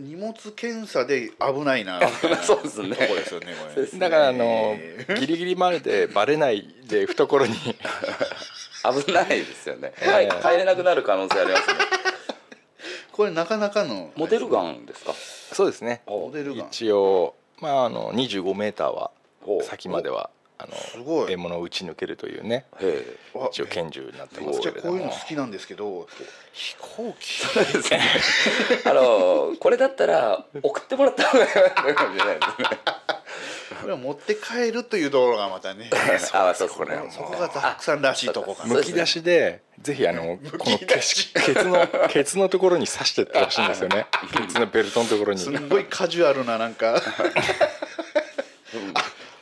荷物検査で危な いなみたいな
そうですね
とこですよねこれ
す
だからあのギリギリまでバレないで懐に
危ないですよね、
ええ
帰帰れなくなる可能性ありますね
これなかなかの
モデルガンですか
そうですね
モデルガン
一応まああの25メーターは
ほう
先まではあ
す
の
ごい
獲物を打ち抜けるというね
へえ
あ
一応拳銃になって
め
ま
っ
す
ち
け
ゃ
れ
こ
ど
ういうの
も
好きなんですけど飛行機
あのこれだったら送ってもらった方がいいかもしれないですね
これを持って帰るというところがま たね
あそうこ
これはもう
そこがザックさんらしいとこか
そう
な
む
ですね
き出しでぜひあのこのケシケツのケツのところに刺してってほしいんですよねケツのベルトのところに
すんごいカジュアルななんかあ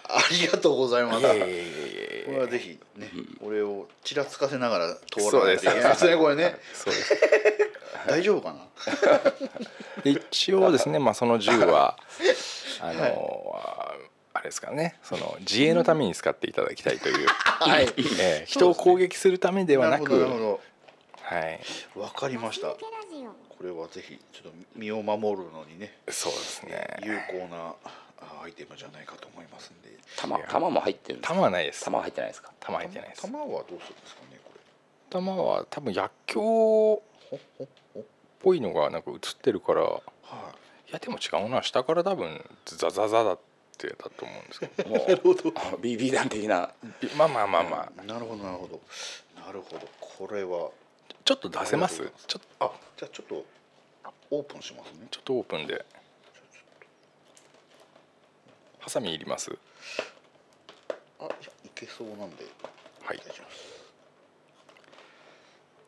ありがとうございます。
いやいやい
こ
やいやい
れ
や
はぜひね、俺をちらつかせながら通
そ
ら
う
ない
です
といけない ですね。これね、
そうです
大丈夫かな。
で一応ですね、まあ、その銃はあの、あれですかねその自衛のために使っていただきたいという、
はい。
えー人を攻撃するためでは
な
な
るほ
く
ど、なるほ
はい、
ど。わかりました。これはぜひちょっと身を守るのにね、
そうですね
有効なあアイテムじゃないかと思いますんで。
弾弾も入ってるんです
弾はないです
弾入ってないですか
弾入ってないです
玉はどうするんですかね、これ。
弾は多分薬莢っぽいのがなんか映ってるからい
は
やでも違うな下から多分ザザザだってだと思うんですけど
なるほど BB 弾的な
まあまあまあまあ
い。なるほど、なるほど。なるほど。これは。
ちょっと出せますちょ
あ、じゃあちょっとオープンしますね。
ちょっとオープンでハサミいります
あ、いやいけそうなんで。
はい
お願いします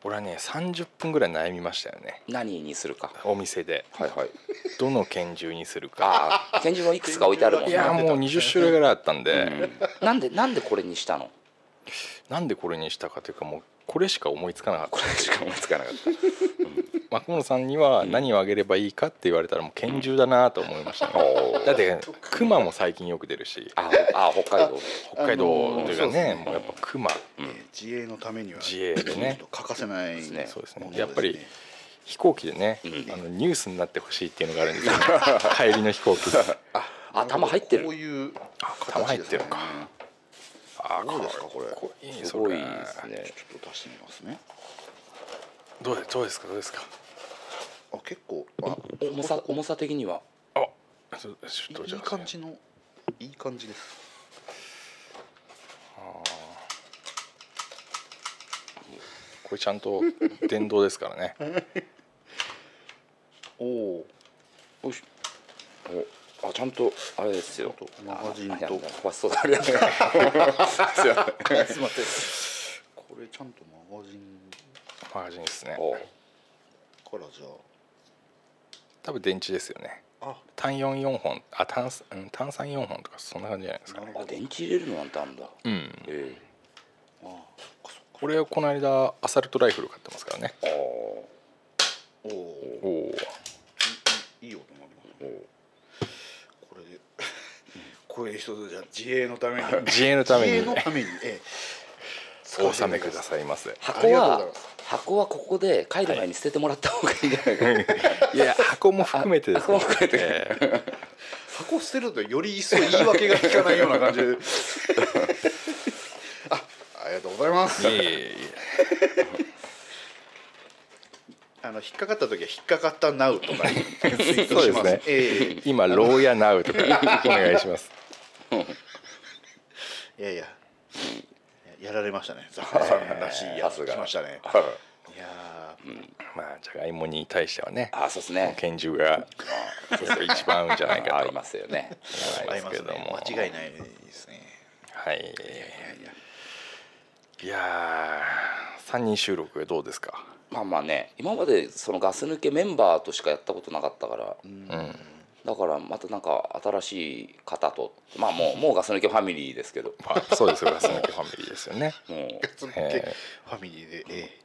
俺はね30分ぐらい悩みましたよね
何にする か
お店で
はいはい
どの拳銃にするか
ああ拳銃もいくつか置いてあるもん
い
ね
やもう20種類ぐらいあったんで、
うんなんでなんでこれにしたの
なんでこれにしたかというかもうこれしか思いつかなかった
これしか思いつかなかった
マクモノさんには何をあげればいいかって言われたらもう拳銃だなと思いました、ねだってクマも最近よく出るし
ああ北海道
北海道というかね
あのー
もうやっぱクマ
えー自衛のためには
自衛でね
ちょっと欠かせないもの
ね
そうですね
もの
やっぱり飛行機でね、あのニュースになってほしいっていうのがあるんですよ、ね、帰りの飛 行機
あ弾入って
こう
る
いう
弾入ってるかあ
どうですかこれ
かっこいい
す
そ
ごい
れ
ですね
ちょっと足してみますね
どうでどうですかどうですか
あ結構あ
重さ重さ的には
あちょちょっと
い
じゃ
い
あ
感じのいい感じです
これちゃんと電動ですからね
おお
よしおあちゃんとあれですよ
ちゃんとマガジンと
あいや飛ばしそうだあ りがとうございますすいません
すいませんこれちゃんとマガジン
マガジンですね
お
からじゃ
多分電池ですよね
ああ
単44本あ単すうん単三4本とかそんな感じじゃないですか
なる
ね
ほ
あ
ど
電池入れるのなんてあるんだ
うん
え
あーそっかそっか
俺はこの間アサルトライフル買ってますからね
えああ
おお
おお
いい音になりますねこれで これ一つじゃあ自衛のために
自衛のために
自衛のためにええ
お納めくださいませ
あ
箱
りがとうござい
は
ます
箱はここで帰る前に捨ててもらった方がいいんじゃないかな、
いや箱も含めてです
箱
ね
も含めて
ええ
箱捨てるとより一層言い訳が効かないような 感じであありがとうございま
い
す
えいえいえ
あの引っかかった時は引っかかったなうとかにツイー
そ
ト
う
し
です
ます
ね
ええ
今牢屋ナウとかお願いします
いやいややられましたねザワさんらしいやつしましたねいやー
まあじゃがいもに対してはね
あそうですね
拳銃がそうそう一番じゃないか
あ
と
りますよね
あ
は
り
い
ま
です
す
けど
ね
も
間違いないですね
はい
いやいや
いやー3人収録どうですか
まあまあね今までそのガス抜けメンバーとしかやったことなかったから
うん
だからまたなんか新しい方とまあもうもうガス抜けファミリーですけど
まあそうですよガス抜けファミリーですよね
もう
その
え
ファミリーでええ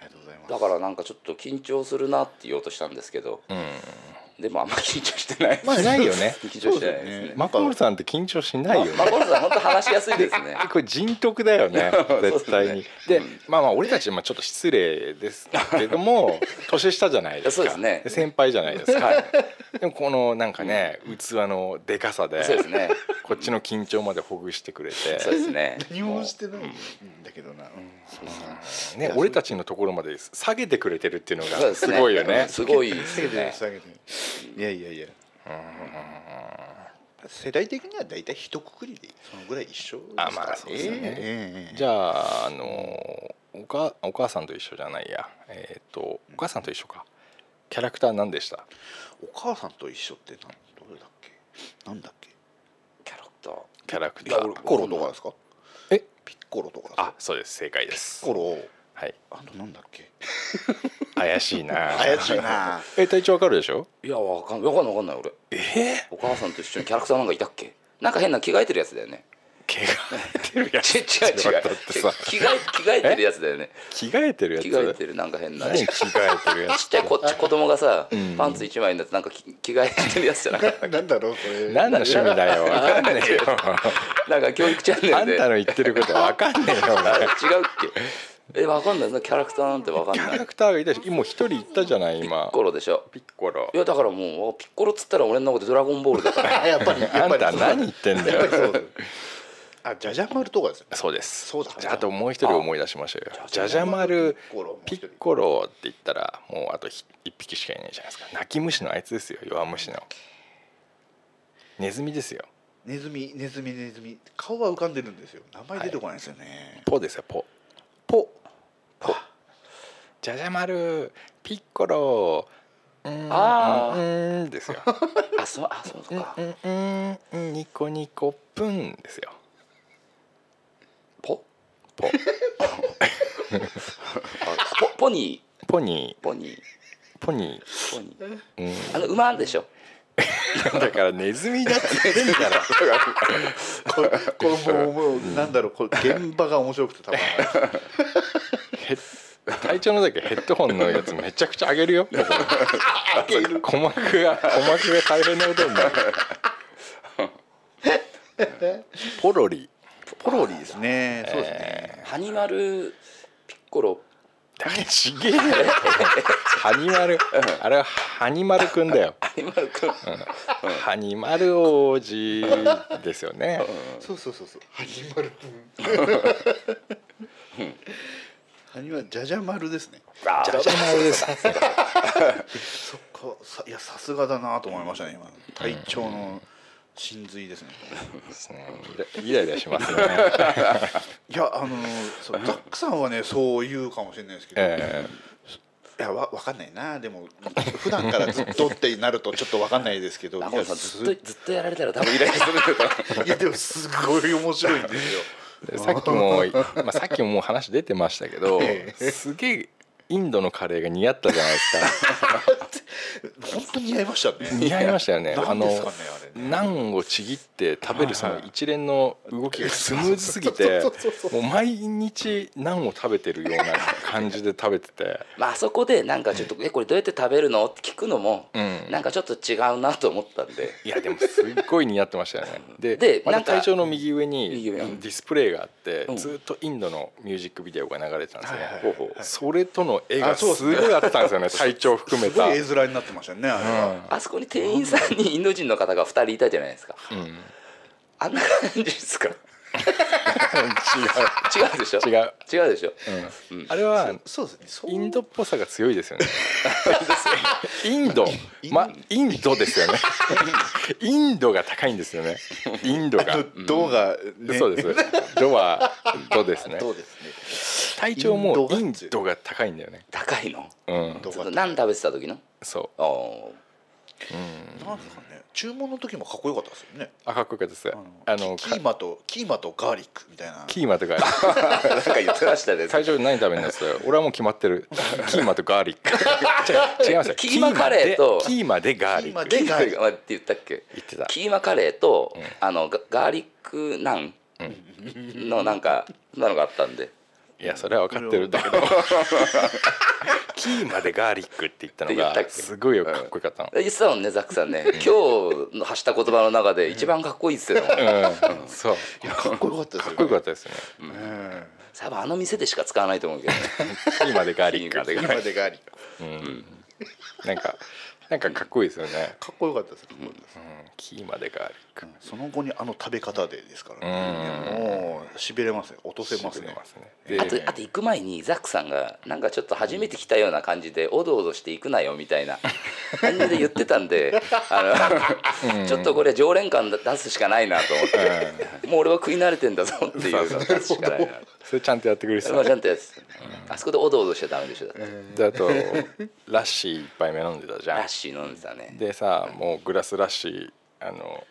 ありがとうございます
だからなんかちょっと緊張するなって言おうとしたんですけど
うん
でもあんま緊張してないです、
まあないよね
緊張してないです ね
マコールさんって緊張しないよね
まあゴルさん本当話しやすいです ね
これ人徳だよ ね絶対にでまあまあ俺たちまあちょっと失礼ですけ ども年下じゃないで
そ
すか
うですね
先輩じゃないですか、でもこのなんかね器のでかさで
そうですね
こっちの緊張までほぐしてくれて
そうですね
何もしてないんだけどな、うんそうそう
ね、俺たちのところまで下げてくれてるっていうの
そう
が
です
す
ね
ごいよね。
すごいです
下げ
よ
て
ね
下げていやいやいや世代的には大体一括りでそのぐらい一緒ですから
あまあそうですよね
ええ
じゃああのおかお母さんと一緒じゃないや、えっとお母さんと一緒かキャラクター何でした
お母さんと一緒ってなんどれだっけなんだっけ
キャラクター
キャラク
ピ
ター
ッコロとかですか
え
ピッコロとかですか
あそうです正解で
ピ
す
ッコロ
はい
あとなんだっけ
怪しいな
怪しいな
え体調わかるでしょ
いやわかんわかんないわかんない俺
え
お母さんと一緒にキャラクターなんかいたっけなんか変な着替えてるやつだよね
毛が えてるやつ
違う違う違う
ちょっと待ってさ
着替え着替えてるやつだよね
着替えてるやつ
着替えてるなんか変な
何
ち
着替えてるや
っちゃいこっち子供がさ、パンツ一枚になってなんか着着替えてるやつじゃなく て
なんだろうこれ
つ何の趣味だよわかんねえよ
なんか教育チャンネ
あ
ル
ん
で
たの言ってることわかんねえよお
あれ
前
違うっけえわかんないそのキャラクターなんてわかん
キ
な
ャ
いピ
ラクターがいたしもう一人いったじゃない今
ッコロでしょ
ピッコロ
いやだからもうピッコロっつったら俺の中でドラゴンボールだから
あ やっぱりやっぱ
あ
り
んた
そう
何言ってんだ
やっぱり
よ
そうだ あジャジャ丸とかですよね
そうです
そうだ
じゃああともう一人思い出しましょうよじゃじゃ丸ピッコロって言ったらもうあとひ一匹しかいないじゃないですか泣き虫のあいつですよ弱虫のネズミですよ
ネズミネズミネズミ顔は浮かんでるんですよ名前出てこないですよね、
ポですよポ
ポ
じゃじゃ丸ピッコロうーん
あー
うーんですよ
あそうあそうか
うんうんうんニコニコプンですよ
ポ
ポ
あポポニ
ポニ
ーポニー
ーポニ
ポニー
ー、うん
あの馬でしょ
だからネズミだって言ってんだろ
これもうもうなんだろうこれ現場が面白くてたまらない
ヘッ隊長のだけヘッドホンのやつめちゃくちゃ上げるよ鼓膜が鼓膜が大変なことになるポロリ
ポロリですねそうですね、
ハニマルピッコロ
だからちげえよハニマルあれはハニマルくんだよ
ハニマルくん
ハニマル王子ですよね
そうそうそうそう。ハニマル君。ハニマルじゃじゃ丸ですね。
あー
ジャマルです
そっかさいやさすがだなと思いましたね今。隊長の真髄ですね。
イライラしますよね
いやあのそうザックさんはねそう言うかもしれないですけど。
え
いやわわかんないなでも普段からずっとってなるとちょっとわかんないです けど。い
中
や
本さんずっ
す
とずっとやられたら多分イライラするけど
いやでもすごい面白いんですよ。
えでさっきも、まあ、さっきももう話出てましたけど
え
すげえインドのカレーが似合ったじゃないですか
本当に似合いましたね。
似合いましたよね。あ
何
の
ですかねあれね。
ナンをちぎって食べるその一連の動きがスムーズすぎて
そうそうそうそう
もう毎日ナンを食べてるような感じで食べて て
まああそこでなんかちょっと「えこれどうやって食べるの?」って聞くのも、
うん
なんかちょっと違うなと思ったんで
いやでもすっごい似合ってましたよねで
で
ま
な
た
んか
隊長の右上
右
に
上
あ
う
の
ん
ディスプレイがあって
うん
ずっとインドのミュージックビデオが流れてたんですよね
はいはい
ほうほう
それとの絵が
あ
す
そうです
ご
ね
いあったんですよね隊長含め
す
た
ごい絵面になってましたねあれは。
あそこに店員さんにインド人の方が2人いたじゃないですか
うんうん
あんな感じですか違うでしょ
違う
違うでしょ、
うんあれは
そうですね。そう
インドっぽさが強いですよね。インド、ま、インドですよね。インドが高いんですよね。インドが。
動画、ね
そう です。ドは、ドですね。
そうですね。
体調もイ
イ
ン
ン
ド
ドが
が高いんだよね。
高いの
うん。
ど
ちょっ
こ
と
だっ
何食べてた時の
そ
あー
う。うん。
たなんですかね。注文の時もかっこよかったですよね。
あ、かっこよかったです。あ
あ
の、
のキ
か
ーマとキーマとガーリックみたいな。
キーマとか。
なんか言ってました ね
体調何食べるんですよ。俺はもう決まってる。キーマとガーリック。違う、違いますよ。
キーマカレーと
キーマでキーマでガーリ
キーマ
ック。
でガーリック。
って言ったっけ
言ってた。
キーマカレーと、あのガガーリックナンのなんかそんなのがあったんで
いやそれは分かってるんだけどキーまでガーリックって言ったの
って言ったっ
が
け
すごいよかっこよかったの、
言ってたもんねザックさんね今日の発した言葉の中で一番かっこいいっすよ、
うん、そう
いやかっこよかったです
かっ
よ
こよか
ね。
ったですね
うん
多分あの店でしか使わないと思うけどね
キーまでガーリック
キーマでガーリック。
なんかなんかかっこいいですよね、
かっこよかったです。かっこよかったです
うん、キーまでガーリック
その後にあの食べ方でですから
う
ね。いやもうしびれますね。落とせます
出
ね。
ますね
あと
で
あと行く前にザックさんがなんかちょっと初めて来たような感じでおどおどして行くなよみたいな感じで言ってたん であのちょっとこれ常連感出すしかないなと思ってもう俺は食い慣れてんだぞっていうのを出すしかないな
それちゃんとやってくれて
そ
た
れはちゃんとやつあそこでおどおどしちゃダメでしょだって
であとラッシー一杯目飲んでたじゃん
ラッシー飲んでたね
でさもうグラスラッシーあの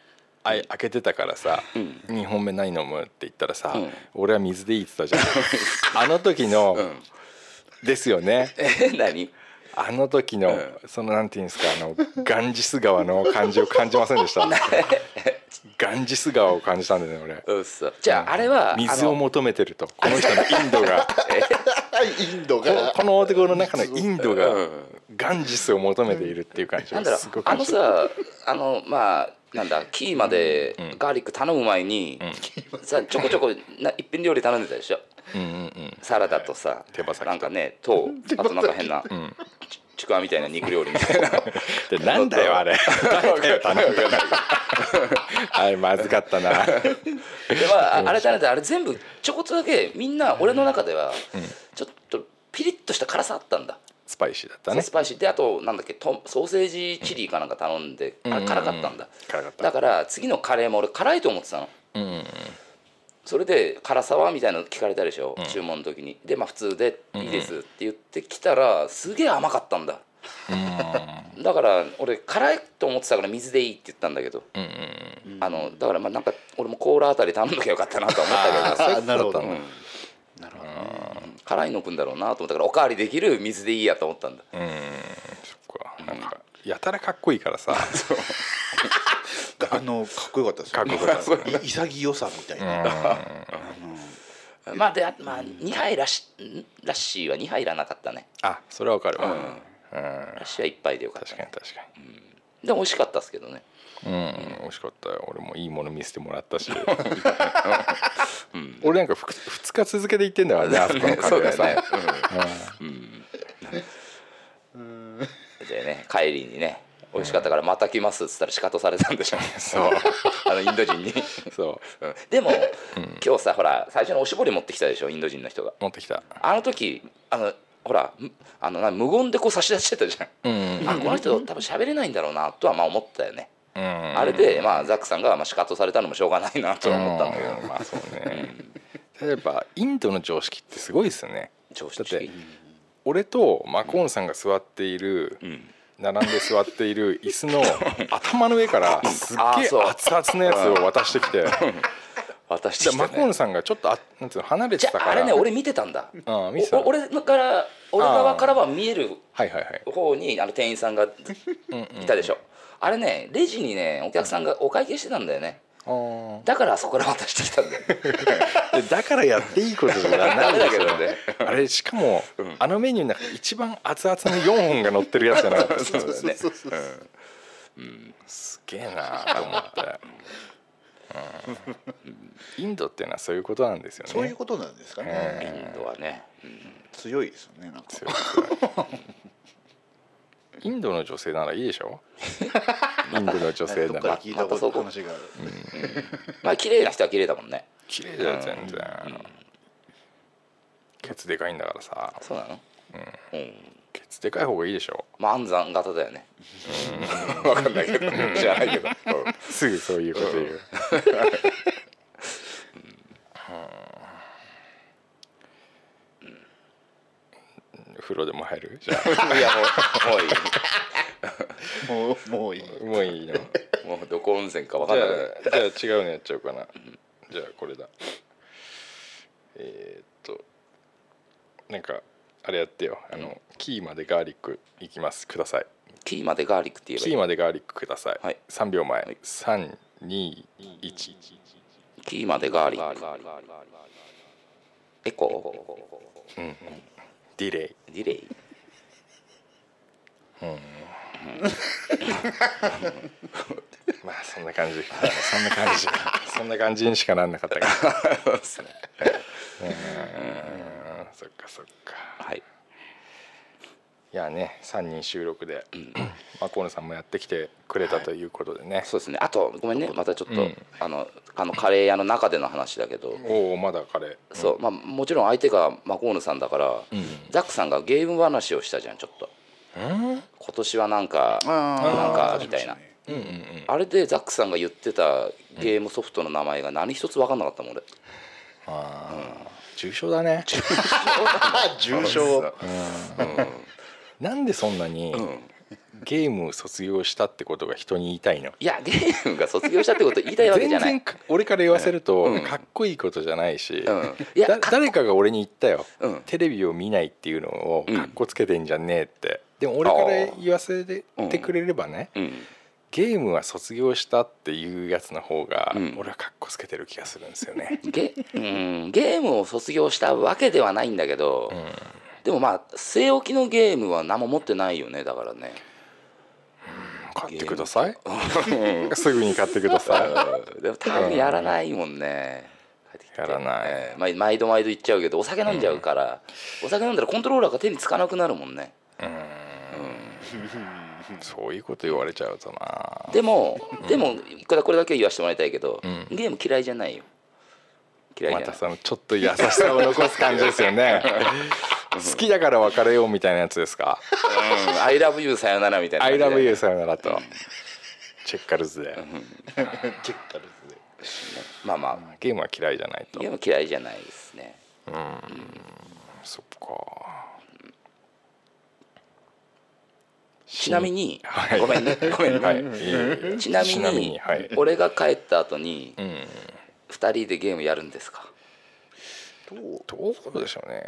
あい開けてたからさ「2本目何飲む?」って言ったらさ、俺 は水でいいって言ったじゃんあの時の、ですよね
え何
あの時の、そのなんていうんですかあのガンジス川の感じを感じません でしたガンジス川を感じたんだよね俺
うっそじゃああれは
水を
あの
求めてるとこの人のイン ドが
インド
この
が
この男の中のインド
う
が
ん
ガンジスを求めているっていう感じ
なんだ
が
ろ
す
う
ごく
あのさあのまあなんだキーまで
うん
ガーリック頼む前に、さちょこちょこな一品料理頼んでたでしょ
うんうんうん
サラダとさ
手羽先と
なんかねとあとなんか変な、
ん
ちちくわみたいな肉料理みたいな
でなんだよあれあれまずかったな
でまあああれだねあれ全部ちょこっとだけみんな俺の中ではちょっとピリッとした辛さあったんだ
スパイシーだったね
スパイシーであとなんだっけトンソーセージチリかなんか頼んで、
ん
あれ辛かったんだ、
辛かった
だから次のカレーも俺辛いと思ってたの
うんうん
それで「辛さは?」みたいなの聞かれたでしょ、注文の時にでまあ普通で「いいです」って言ってきたらすげえ甘かったんだだから俺辛いと思ってたから水でいいって言ったんだけど、
うんうん
あのだからまあなんか俺もコーラあたり頼んどきゃよかったなとは思ったけ
あなるほど
ど、うん
なるほどね
辛いのくんだろうなと思ったからおかわりできる水でいいやと思ったんだ
うんそっかなんかやたらかっこいいからさ
あのかっこよかったですよ
か
ね
っこよかった
なんい潔さみたいな、
まあであまあ2杯ラッシんラッシーは2杯いらなかったね
あそれはわかるわうん
ラッシーは1杯でよかった
確かに確か
でも美味しかったですけどね
にうん美味しかったよ俺もいいもの見せてもらったしうん俺なんかふく二日続けて行ってんだからねあそこのカレー屋
そうだよね
さん
でね帰りにね美味しかったからまた来ますっつったら仕方されたんで しょうね
そう
あのインド人に
そ
うんでも今日さほら最初のおしぼり持ってきたでしょインド人の人が
う持ってきた
あの時あのほらむあのな無言でこう差し出してたじゃん
うんうん
あこの人多分喋れないんだろうなとはまあ思ったよねあ
あ
れでまあザックさんがまあ仕方されたのもしょうがないなとは思ったんだけど
ま あそうね例えばインドの常識ってすごいですよね
常識
だって俺とマコーンさんが座っている、並んで座っている椅子の頭の上からすっ
あ
げ
ー
え
そう
熱々のやつを渡してきて
渡して
で
きた
マコー
ね
ンさんがちょっとあなんていうの離れ
じ
て
ゃ
た
ああ
か
れ
ら
ね俺見てたんだ
うん見てた
お俺のから俺側からは見える
はいはいはい
方にあの店員さんがいたでしょあれねレジにねお客さんがお会計してたんだよね
あー
だからあそこから渡してきたんだよ
でだからやっていいことじゃ
ダ
ない
メだけどね
あれしかも、あのメニューの中で一番熱々の4本が乗ってるやつじゃなかった
そうだよね
すげえなと思って、うんインドっていうのはそういうことなんですよね
そういうことなんですかね、
インドはね
強いですよねなんか
強いインドの女性ならいいでしょインドの女性
ど
な
っから
ら
聞いたこと
また
話がある、
まあ綺麗な人は綺麗だもんね
綺麗だよ全然ケツでかいんだからさ
そうなのうん
ケツでかい方がいいでしょ
まあ安産型だよねわかんないけど知らないけど
すぐそういうこと言う、うん風呂でも入るじゃ
いやもうも
もう もういい
あもういいの
ういいもうどこ温泉かわか
じ
ん
ゃ
なくなる
あじゃあ違うのやっちゃおうかなじゃあこれだえーっとなんかあれやってよあの、キーまでガーリックいきますください
キーまでガーリックって言えば
キ
いい
ーまでガーリックください、
はい
3秒前、321
キーまでガーリックエコ
ディレイ
ーディレイ
まあそんな感じそんな 感じそんな感じにしかなんなかったけどうーんそっかそっか
はい
いやね3人収録で、まあ河野さんもやってきてくれたということでね、
そうですねあとごめんねまたちょっと、
うん
あのあのカレー屋の中での話だけど、
おおまだカレー
そうまあ、もちろん相手がマコーヌさんだから、ザックさんがゲーム話をしたじゃんちょっと今年はなんかなんかみたいな、
うんうんうん
あれでザックさんが言ってたゲームソフトの名前が何一つ分かんなかったもん俺
あー重症だね
あ重症
なんでそんなにゲームを卒業したってことが人に言いたいの
いやゲームが卒業したってこと言いたいわけ
全
じゃない
然か俺から言わせるとかっこいいことじゃないし、
んいや
だ
かっこ
誰かが俺に言ったよ、
うん
テレビを見ないっていうのをかっこつけてんじゃねえって、でも俺か
あ
ら
ー
言わせて
うん
くれればね、
うん
ゲームは卒業したっていうやつの方が
うん。
俺はかっこつけてる気がするんですよね
ゲうんゲームを卒業したわけではないんだけど、
うん
でもまあ据え置きのゲームは何も持ってないよねだからね
買ってくだ さい。すぐに買ってくださ
うんでも多分やらないもんね、
い。やらない。
えーまあ毎度毎度言っちゃうけどお酒飲んじゃうから、お酒飲んだらコントローラーが手につかなくなるもんね
そういうこと言われちゃうとな。
でも、でもこれこれだけは言わせてもらいたいけど、
う
ゲーム嫌いじゃないよ嫌い
ま
じゃ
た
ない、
そのちょっと優しさを残す感じですよね。好きだから別れようみたいなやつで すか。
うん「I love you さよなら」みたいな感
I
じで
love you さよならと。チェッカルズで。
チェッカルズで
まあまあ
ゲームは嫌いじゃないと
ゲー。ム嫌いじゃないですね
そっか。
ちなみに、
はい
ごめ んねごめんね、
はい。いえいえいえ
ちなみに
はい。
俺が帰った後に
うん。
2人でゲームやるんですか
どうでしょうね。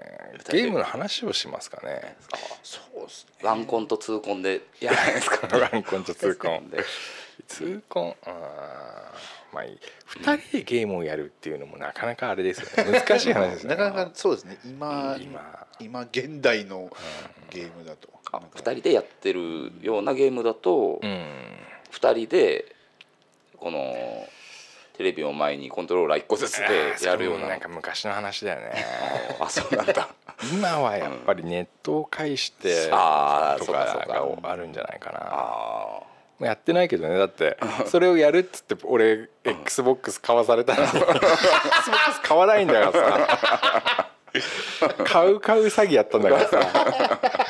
ゲームの話をしますかね。
そうですね
ワンコンとツーコンでやらないですか
ワンコンと ツーコン
で
痛恨あーまあいい2人でゲームをやるっていうのもなかなかあれですよね難しい話ですよね
なかなかそうですね今
今
今現代のゲームだと
あ
なんか
2人でやってるようなゲームだと、
う
二
ん
2人でこのテレビを前にコントローラー1個ずつでやるよう
それも
な
なんか昔の話だよね
あそうなんだ
今はやっぱりネットを介してと
あ
か
ーそうかそうか
があるんじゃないかな
あ
もうやってないけどねだってそれをやるっつって俺 XBOX 買わされたのに XBOX 買わないんだから さ買う買う詐欺やったんだからさ
ー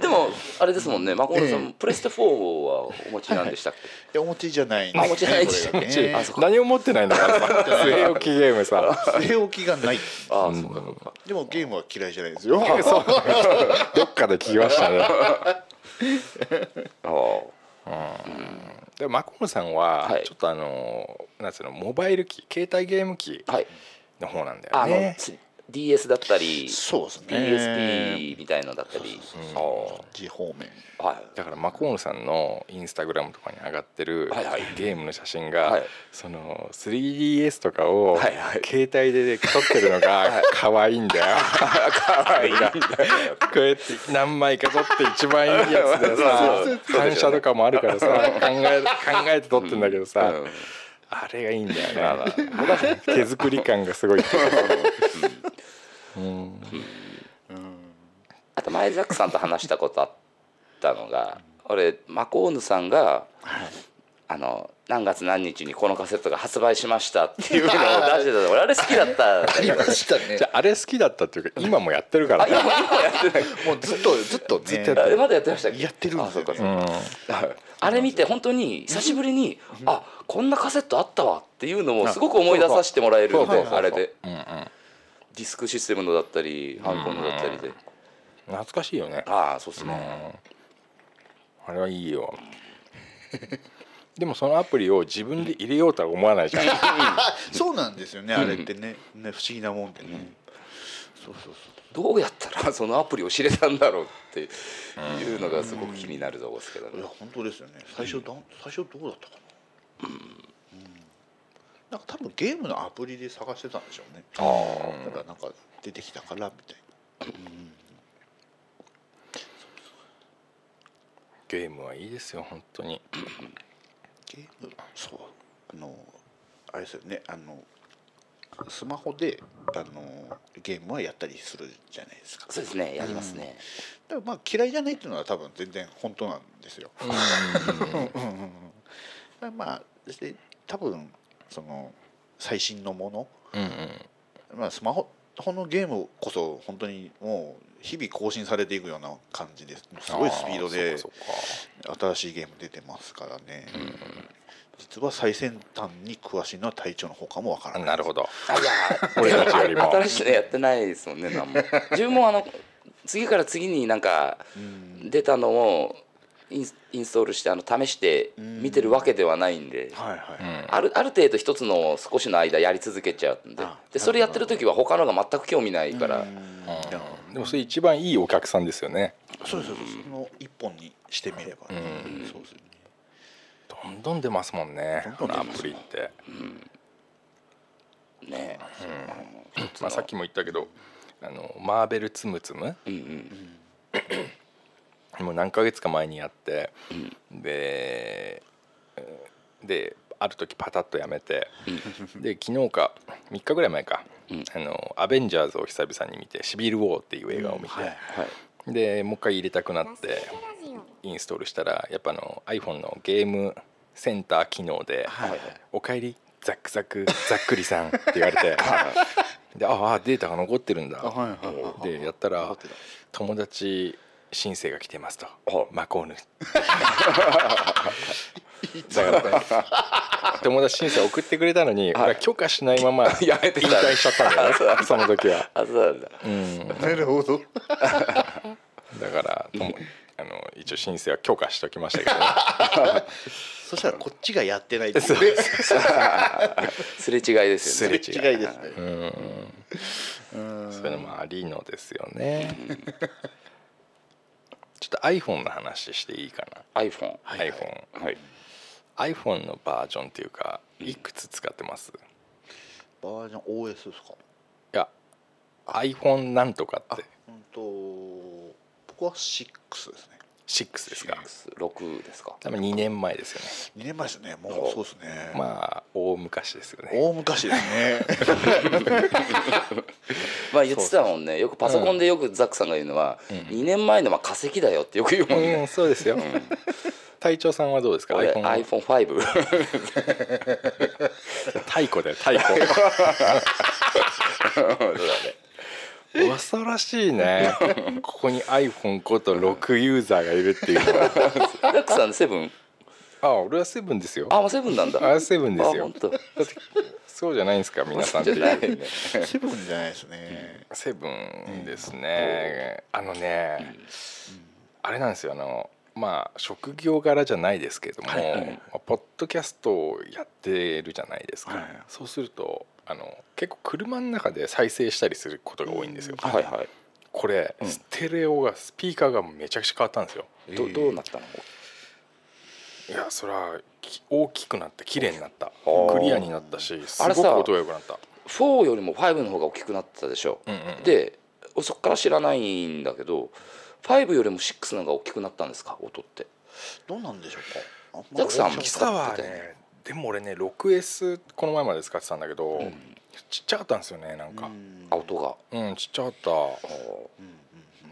でもあれですもんねマコルさん、プレステ4はお持ちなんでしたっけ
いやお持ちじゃないん
あお持ちじゃないんですよ
これが ね
あそっか
何を持ってないんだからさ据え置きゲームさ
据え置きがない
ああそうかそうか
でもゲームは嫌いじゃないですよ
そうどっかで聞きましたね
あー
でもマコモさんは
はい
ちょっとあのなんつうのモバイル機携帯ゲーム機
はい
の方なんだよ
あの、
ね
つ DS だったり
そうですね
PSP みたいのだったり
地方面
あーはい
だからマコールさんのインスタグラムとかに上がってる
はいはい
ゲームの写真
は
が
い
その 3DS とかを
はいはい
携帯で撮ってる のが可愛いんだよ可愛いなこうやって何枚か撮って一番いい やつでさ反射とかもあるからさ考え考えて撮ってんだけどさ
うん
あれがいいんだよね手作り感が すごい
あと前ザックさんと話したことあったのが俺マコーヌさんが「あの何月何日にこのカセットが発売しました」っていうのを出してたの俺あれ好きだったんだけど
したね
じゃああれ好きだったっていうか今もやってるからね
もうずっとずっとずっと
あれまだやってましたっけ
やってるん
あ
です
そう
よ
か
ね
そうかあれ見て本当に久しぶりに「あこんなカセットあったわ」っていうのをすごく思い出させてもらえるん
そう
で
そうそう
あれで
うんうん
ディスクシステムのだったりハンコのだったりで
懐かしいよね
ああそうっすね
あれはいいよでもそのアプリを自分で入れようとは思わないじゃん
そうなんですよねあれってねね不思議なもんでねそうそう
どうやったら そのアプリを知れたんだろうっていうのがすごく気になるとこですけど
そうい
ね
や本当ですよね最初どん最初どうだったかなうんなんか多分ゲームのアプリで探してたんでしょうねだからなんか出てきたからみたいな
ゲームはいいですよ本当に
ゲームそうあのあれですよねあのスマホであのゲームはやったりするじゃないですかだか
そうですねやりますね、
らまあ嫌いじゃないっていうのは多分全然本当なんですよ。まあまあそして多分その最新のもの、
うんうん
まあ、スマホのゲームこそ本当にもう日々更新されていくような感じですすごいスピード
あ
で
ーそっかそ
新しいゲーム出てますからね、実は最先端に詳しいのは隊長の方かもわか
っからあ
な
な
い
るほど
あいや
俺たちよりも
新しいのやってないですもんね何も自分もあの次から次になんか出たのをインスインストールしてあの試して見てるわけではないんで、
はいはい、
あるある程度一つのを少しの間やり続けちゃうんで
あ
でそれやってる時は他のが全く興味ないから、
うんなるほど
うんでもそれ一番いいお客さんですよね
そうですそうですその一本にしてみれば、
うん
そうですよね
どんどん出ますもんね
ど
こ
んどん
の
出
ア
ます
プリって、
ねえ、うん、
まあ、さっきも言ったけどあのマーベルつむつむ
うんうん
もう何ヶ月か前にやって、でである時パタッとやめて、で昨日か3日ぐらい前か、あの「アベンジャーズ」を久々に見て「シビル・ウォー」っていう映画を見て、
はい
でもう一回入れたくなっ
ラス
て
テラジオ
インストールしたらやっぱあの iPhone のゲームセンター機能で「おかえりザックザクざっくりさん」って言われてでああデータが残ってるんだ
あはいはいはいはい
でやった
残
ら
ってた
友達申請が来てますと「マコーヌ」だから友達申請送ってくれたのに俺は許可しないまま引
やめてた
退しちゃったんだよねその時は。
あそうなんだ
うん
なるほど
だからともあの一応申請は許可しておきましたけどね、
そしたらこっちがやってないっていう
そう
ね
すれ違いですよね
すれ違いですね
うん、そういうのもありのですよねちょっと iPhone の話していいか
iPhone
な、
はい
iPhoneiPhone のバージョンっていうかいくつ使ってます、い
バージョン OS ですか
や iPhone なんとかって
うんと僕は6ですね
6ですか
六ですか
多分2年前ですよね
2年前ですねもうそうですね、
まあ大昔ですよね
大昔ですね
まあ言ってたもんねよくパソコンでよくザックさんが言うのは二年前のまあ化石だよってよく言うもんね
うんそうですよ、 隊長さんはどうですか
俺
iPhone
iPhone5
太鼓だよ太 鼓恐ろしいねここに iPhone5 と6ユーザーがいるっていうのは
ザックさんセブン
あ俺はセブンですよ
あもうセブンなんだ
あセブンです
あ
よ
本当
そうじゃないんですか皆さんっ
じ
て
ゃ
い
ない、
う
ね、
セブンじゃないですね、
セブンですねあのねあれなんですよあのまあ職業柄じゃないですけれども、まあポッドキャストをやってるじゃないですか、そうするとあの結構車の中で再生したりすることが多いんですよ、
はいはい
これ、ステレオがスピーカーがめちゃくちゃ変わったんですよ
どどうなったの
いやそれはき大きくなった綺麗になった
ー
クリアになったしす
あ
ご
れさ
く音が良くなった
4よりも5の方が大きくなったでしょ、
うんうん
でそっから知らないんだけど5よりも6の方が大きくなったんですか音って
どうなんでしょうかあん
ザクさん
私
も
は
ピサはねでも俺ね 6S この前まで使ってたんだけど、ちっちゃかったんですよねなんか
あ音が
うん、ちっちゃかった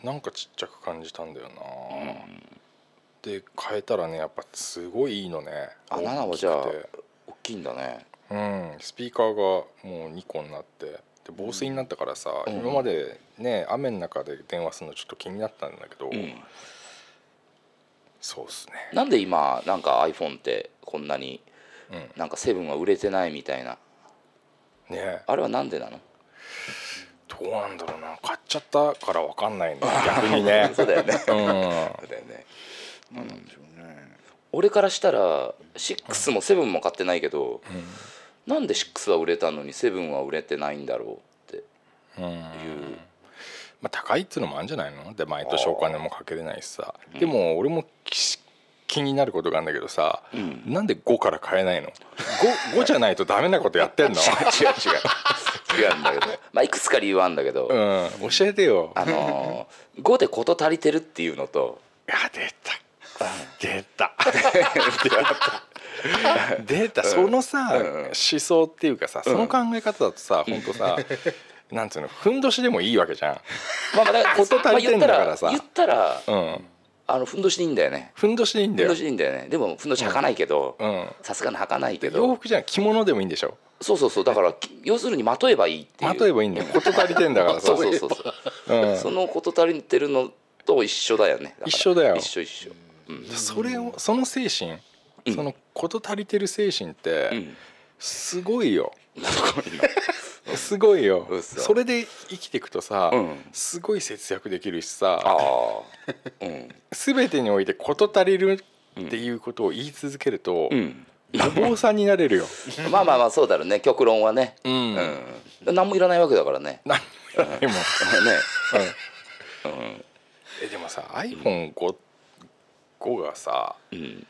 なんかちっちゃく感じたんだよな、で変えたらねやっぱすごいいいのね
あ
大きくて
7はじゃあ大きいんだね
うん、スピーカーがもう2個になってで防水になったからさ、今までね雨の中で電話するのちょっと気になったんだけど、
ん
そうっすね
なんで今なんか iPhone ってこんなに
うん
なんか7は売れてないみたいな
ね
あれはなんでなの
どうなんだろうな買っちゃったから分かん ないね逆に ね
そうだよね
うん
そうだよね
そうなんでしょうね
俺からしたら6も7も買ってないけど、なんで6は売れたのに7は売れてないんだろうっていう
まあ、高いっつうのもあるんじゃないので毎年お金もかけれないしさでも俺もき気になることがあるんだけどさ、なんで5から買えないの 5, 5じゃないとダメなことやってんの、
違う違う違うんだけど まあいくつか理由はあるんだけど、
うん、教えてよ
あのー、5で事足りてるっていうのと
あ出た出た出たそのさ、思想っていうかさその考え方だとさ、ほんとさなんつうのふんどしでもいいわけじゃ
まあまあだから
事足りてんだからさ
まあ言ったら言った
ん、
ら
うん、
あのふんどしでいいんだよね
ふんどしでいいんだ
ふん
よ
どしでいいんだよねでもふんどし履かないけど
うん
さすがに履かないけ
洋
ど
服じゃん着物でもいいんでしょ
そうそうそうだからき要するにまとえばいいっていう
例えばいい んだよ事足りてんだからさ
そうそうそうそう、その事足りてるのと一緒だよねから
一緒だよ
一緒一緒
それをその精神、その事足りてる精神って、
ん
すごいよ すごいよ
嘘
それで生きていくとさ、
うん
すごい節約できるし
あ
さ
あうん
全てにおいて事足りるっていうことを言い続けると、
うん
お坊さんになれるよ
まあまあまあそうだろうね極論はね
うん、
うん何もいらないわけだからね
何もいらないもん、
ねうん
えでもさ iPhone5 5がさ
うん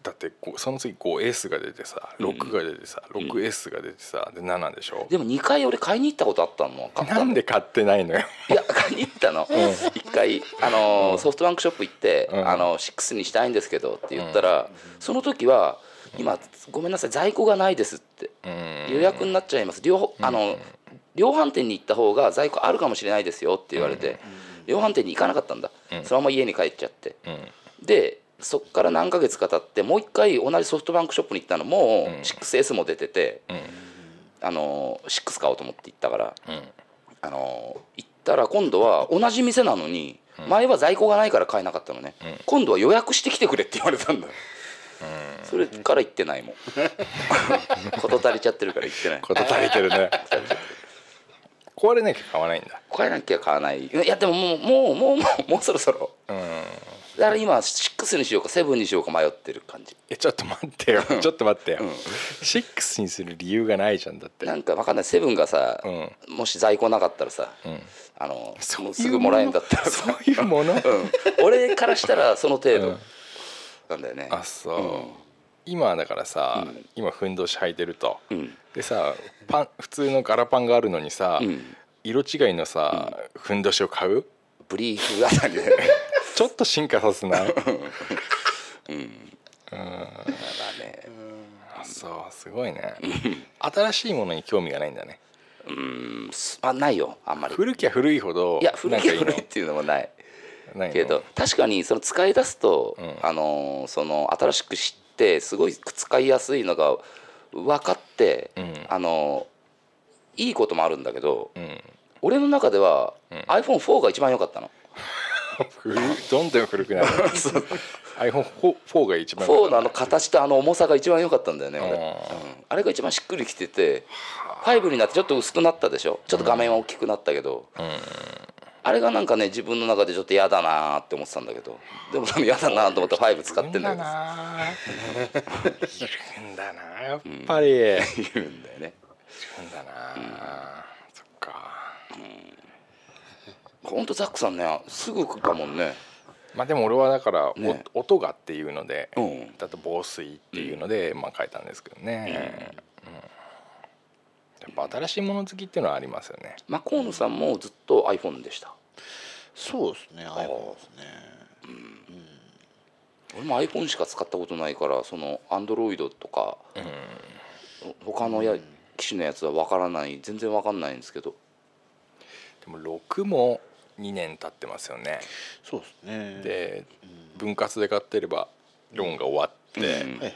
だってこうその次 5S が出てさ6が出てさ、6S が出てさで7でしょ、
でも2回俺買いに行ったことあったの買ったの
なんで買ってない のよ
いや買いに行ったの一、回、あのーソフトバンクショップ行って、
うん
あの6にしたいんですけどって言ったら、その時は今ごめんなさい在庫がないですって
うん
予約になっちゃいます両方あの、量販店に行った方が在庫あるかもしれないですよって言われて、量販店に行かなかったんだ、
ん
そのまま家に帰っちゃって
うん
でそっから何ヶ月か経ってもう一回同じソフトバンクショップに行ったのもう 6S も出てて、
うん
あのー6買おうと思って行ったから。
うん
あの行ったら今度は同じ店なのに前は在庫がないから買えなかったのね、今度は予約してきてくれって言われたんだ、それから行ってない もん事足りちゃってるから行ってない
こと足りてるね 壊れなきゃ買わないんだ
買えなきゃ買わないいやでももうもうもうもうもうそろそろ
うん
だから今6にしようか7にしようか迷ってる感じ
えちょっと待ってよちょっと待ってよ、6にする理由がないじゃんだって
なんかわかんない7がさ、
う
もし在庫なかったらさ、
ん
あの
そういう
もうすぐもらえんだったらさ
そういうもの
うん俺からしたらその程度なんだよね、
あそう、今だからさ、今ふんどし履いてると、
ん
でさパン普通の柄パンがあるのにさ、
ん
色違いのさ、ふんどしを買う
ブリーフあ たりで
ちょっと進化させ ない
まあね、
あそうすごいね新しいものに興味がないんだね
うんすあないよあんまり
古きは古いほど
いや古きゃ
なんか
古
の
いっていうのもない
ないの
けど確かにその使い出すと、
ん
あのーその新しく知ってすごい使いやすいのが分かって、
うん
あのーいいこともあるんだけど、
うん
俺の中では、iPhone4 が一番良かったの
古いどんどん 古くなる iPhone4 が一番古
4の
くな
あ
る
の形とあの重さが一番良かったんだよね俺、
う
うんあれが一番しっくりきてて5になってちょっと薄くなったでしょちょっと画面は大きくなったけど、あれがなんかね自分の中でちょっと嫌だなーって思ってたんだけどでも多分嫌だなーと思って5使ってん だけどさ
いるんだなやっぱり、い
い
る
るんだよね
んだな、そっか
ほんとザックさんねすぐ来るかもんね
まあでも俺はだから、お
ね
音がっていうので、
うん
だと防水っていうので、まあ変えたんですけどね、うんやっぱ新しいもの好きっていうのはありますよね
まあ河野さんもずっと iPhone でした
そうですね iPhone ですね
俺も iPhone しか使ったことないからその Android とか、他のや機種のやつは分からない全然分かんないんですけど
でも6も2年経ってますよね
そうですね
で分割で買ってればローンが終わって、
はいはいはい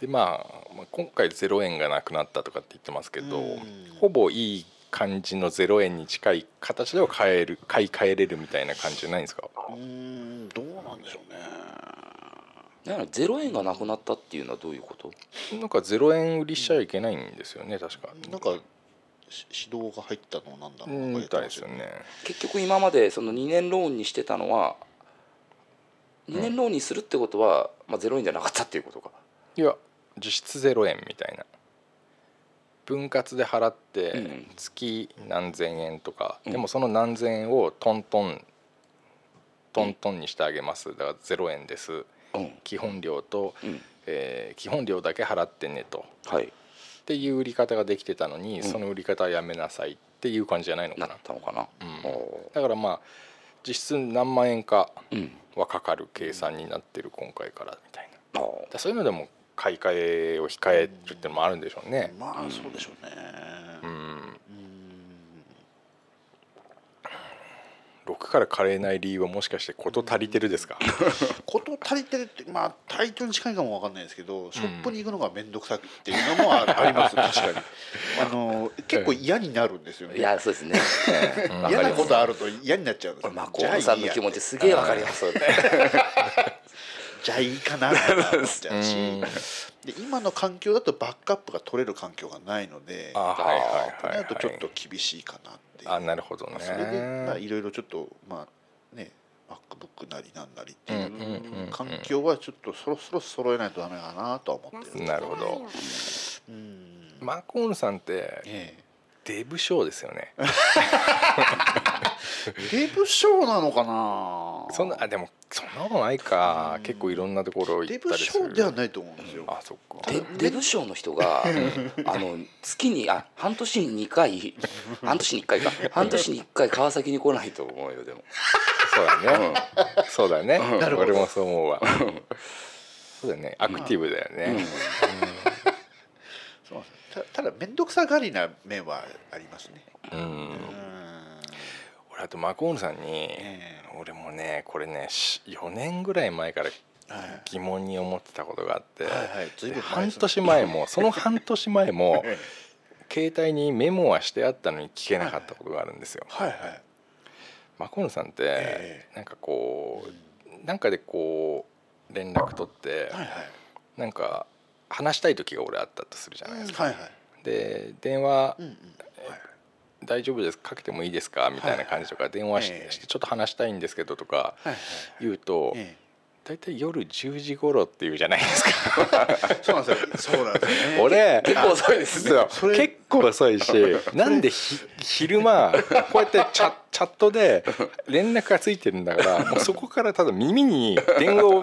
でまあ、まあ、今回0円がなくなったとかって言ってますけど、
うん
ほぼいい感じの0円に近い形では買える買い替えれるみたいな感じじゃないんですか
うーんどうなんでしょうね
だから0円がなくなったっていうのはどういうこと
なんか0円売りしちゃいけないんですよね確か
なんかし指導が入ったのなんだ
う
ろ
ん
う
みたいですよね
結局今までその2年ローンにしてたのは2年ローンにするってことは、まあ、0円じゃなかったっていうことか、
いや実質0円みたいな分割で払って
うん
月何千円とか、
うん
でもその何千円をトントントントンにしてあげますだから0円です
うん
基本料と、えー基本料だけ払ってねと
はい
っていう売り方ができてたのに、その売り方はやめなさいっていう感じじゃないのか
なっ
な
たのかな、お
だからまあ実質何万円か
ーうん
はかかる計算になってる今回からみたいなだか
あー
らそういうのでも買い替えを控えるってのもあるんでしょうね
まあそうでしょうね
うん
うん
6から買えない理由はもしかして事足りてるですか
こと足りてるってまあタイトルに近いかもわかんないですけどショップに行くのが面倒くさくっていうのもあ あります確かにあの結構嫌になるんですよね
いやそうです ねうんわか
嫌
り
な
ま
こ
す
とあると嫌になっちゃうんです
これ
よ
マコールさんの気持ちすげえわかります
じゃあいい かなってなっちゃうしで今の環境だとバックアップが取れる環境がないので
あーはいはいはい、
なるとちょっ
は
と
い、
厳しいかなっていう
あなるほどね
それでまあいろいろちょっとまあね MacBook なりなんなりってい
うんうんうんう
う
ん
環境はちょっとそろそろ揃えないとダメかなとは思ってる
なるほど
うん
マーコールさんって
ええ
デブ賞ですよね
デブ賞なのかな
そんなあでもそんなことないか結構いろんなところ行
デ
った
ブ
りす
賞
る
ではないと思うんですよ
あそっか
デデブ賞の人があの月にあ半年に2回半年に1回か半年に1回川崎に来ないと思うよでも
そうだね、そうだね
な
俺もそう思うわそうだねアクティブだよね、
そうなんですよたただ面倒くさがりな面はありますね
うん
うん
俺あとマコールさんに、
え
俺もねこれね4年ぐらい前から
はい
疑問に思ってたことがあって、
はいはい随
で
分前
半
ですね
年前 もその半年前も携帯にメモはしてあったのに聞けなかったことがあるんですよ。
はいはい
マコールさんって、
え
なんかこうなんかでこう連絡取って、
はいはい
なんか話したい時が俺あったとするじゃないですか。
はいはい
で電話、
うんうん
大丈夫ですかけてもいいですかみたいな感じとか電話し,、
ええ
てちょっと話したいんですけどとか
はいはい
言うと、
え
大体夜10時頃っていうじゃないですか
えそうなんですよそうなんですよね
俺
結構遅い ですね
そう
それ
結構遅 いしなんでひ昼間こうやってチャチャットで連絡がついてるんだからもうそこからただ耳に電話を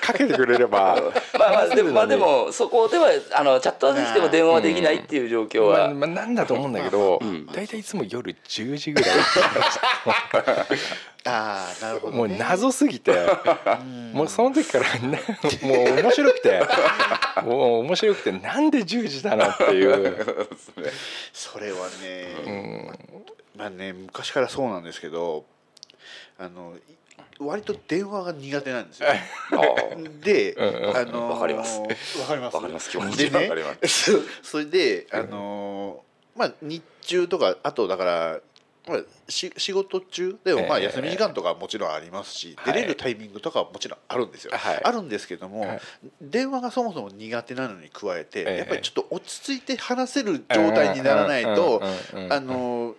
かけてくれれ ば
まあまあでもまあでもそこではあのチャットはできても電話はできないっていう状況
ま
は、
あまあ、なんだと思うんだけど、
ん
大体いつも夜10時ぐらい
ああなるほど
もう謎すぎてもうその時から なもう面白くてもう面白くてなんで10時だなっていう
それはね、まあね昔からそうなんですけどあのい割と電話が苦手なんですよで、
うんうん
あのー
わかります
わかります
わかります気持ち
で
わかり
ね
ま
そそれであのーまあ日中とかあとだからまあし仕事中でもまあ
ええ
休み時間とかもちろんありますし、
はい
出れるタイミングとかはもちろんあるんですよ、
はい
あるんですけども、
はい
電話がそもそも苦手なのに加えて、
ええ
やっぱりちょっと落ち着いて話せる状態にならないと、
うんうんうんうん
あの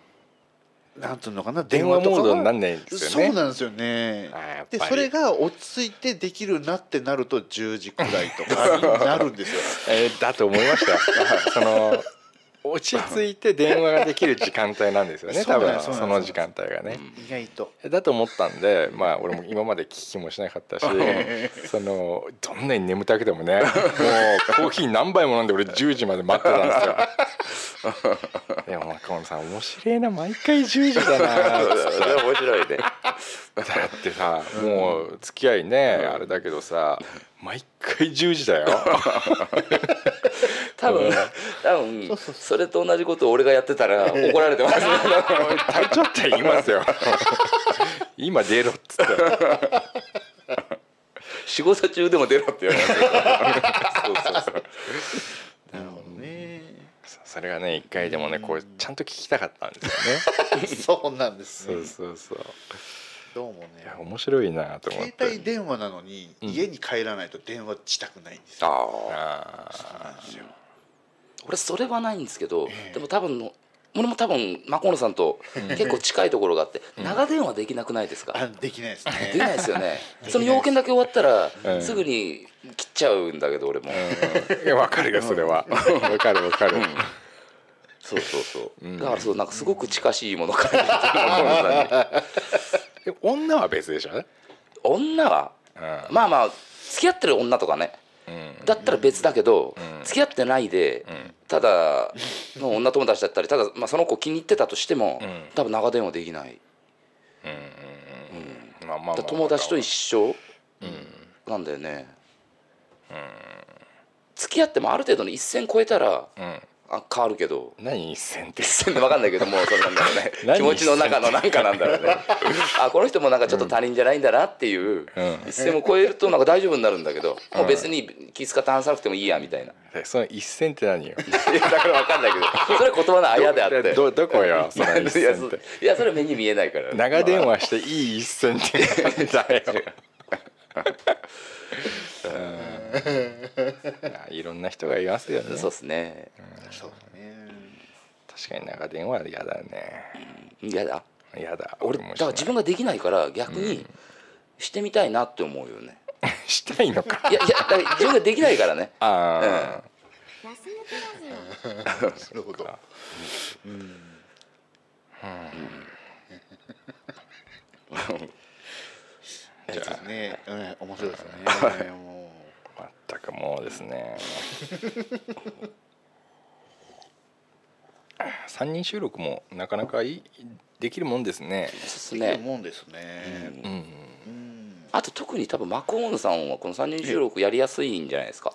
なんつうのかな
電
電
話
話と
モ
か
ードにな
は
んないんです
そ
よ
う
ね。
なんですよね
あーやっぱり
でそれが落ち着いてできるなってなると10時くらいとかになるんですよ
えーだと思いました。 その落ち着いて電話ができる時間帯なんですよね。
そ
多
うなん
分
です
そ
そうなん
の
です
時間帯がね。
意外と
だと思ったんで、まあ俺も今まで聞きもしなかったし、そのどんなに眠たくてもね、もうコーヒー何杯も飲んで俺10時まで待ってた んですよ。でも中村さん面白いな毎回10時だなっつって。
それは面白いね
だってさ、もう付き合いね、あれだけどさ、毎回10時だよ。
多分多分それと同じことを俺がやってたら怒られてますね
体調って言います よ今出ろっつって
仕事中でも出ろって言われ ますよそうそうそう
なるほどね
そそれがね一回でもねこうちゃんと聞きたかったんですよね
そうなんです
そ
ね
うそうそうい
どうもね
や面白いなと思っ
携
て
帯電話なのに家に帰らないと電話したくないんですよ、
ああ
あ
そうなんですよ
俺それはないんですけど、でも多分の俺も多分マコノさんと結構近いところがあって、長電話できなくないですか、
あできないですね
出 ないですよねその要件だけ終わったら、
うん
すぐに切っちゃうんだけど俺も、
ーいやわかるよそれはわかるわかる
そうそうそう、だからそうなんかすごく近しいもの感じてるマコノさんに
で女は別でしょね
女は
うん
まあまあ付き合ってる女とかね
うん
だったら別だけど、
うん
付き合ってないで、
ん
ただの女友達だったりただ、まあ、その子気に入ってたとしても、
ん
多分長電話できない
うんまあまあまあ
だから友達と一緒なんだよね、付き合ってもある程度の一線超えたら
うん
あ変わるけど
何一線って
一線で分かんないけどもうそれなんだろうね
何
気持ちの中のなんかなんだろうねあこの人もなんかちょっと他人じゃないんだなっていう、
うん
一線を超えるとなんか大丈夫になるんだけど、もう別に気遣って話さなくてもいいやみたいな
えその一線って何よ
いやだから分かんないけどそれは言葉のあやであって
どどこよその一
いや
線
そ
って
いやそれは目に見えないから
長電話していい一線ってなんだよ。うんあいろんな人がいますよね。
そうですね
そうだね
確かに長電話は嫌だね。
いやだ
嫌だ。
俺だ
もし
から自分ができないから逆にしてみたいなって思うよ ね、
したいのか。
いやいやだから自分ができないからね
ああ、
ガス抜けラジオ
なるほど
やつですね、うん、面白いですねも
全くもうですね3人収録もなかなかいいできるもんですね
です
うできる
ね
もんですね、
うんうん
うん
あと特に多分マクオンさんはこの3人収録やりやすいんじゃないですか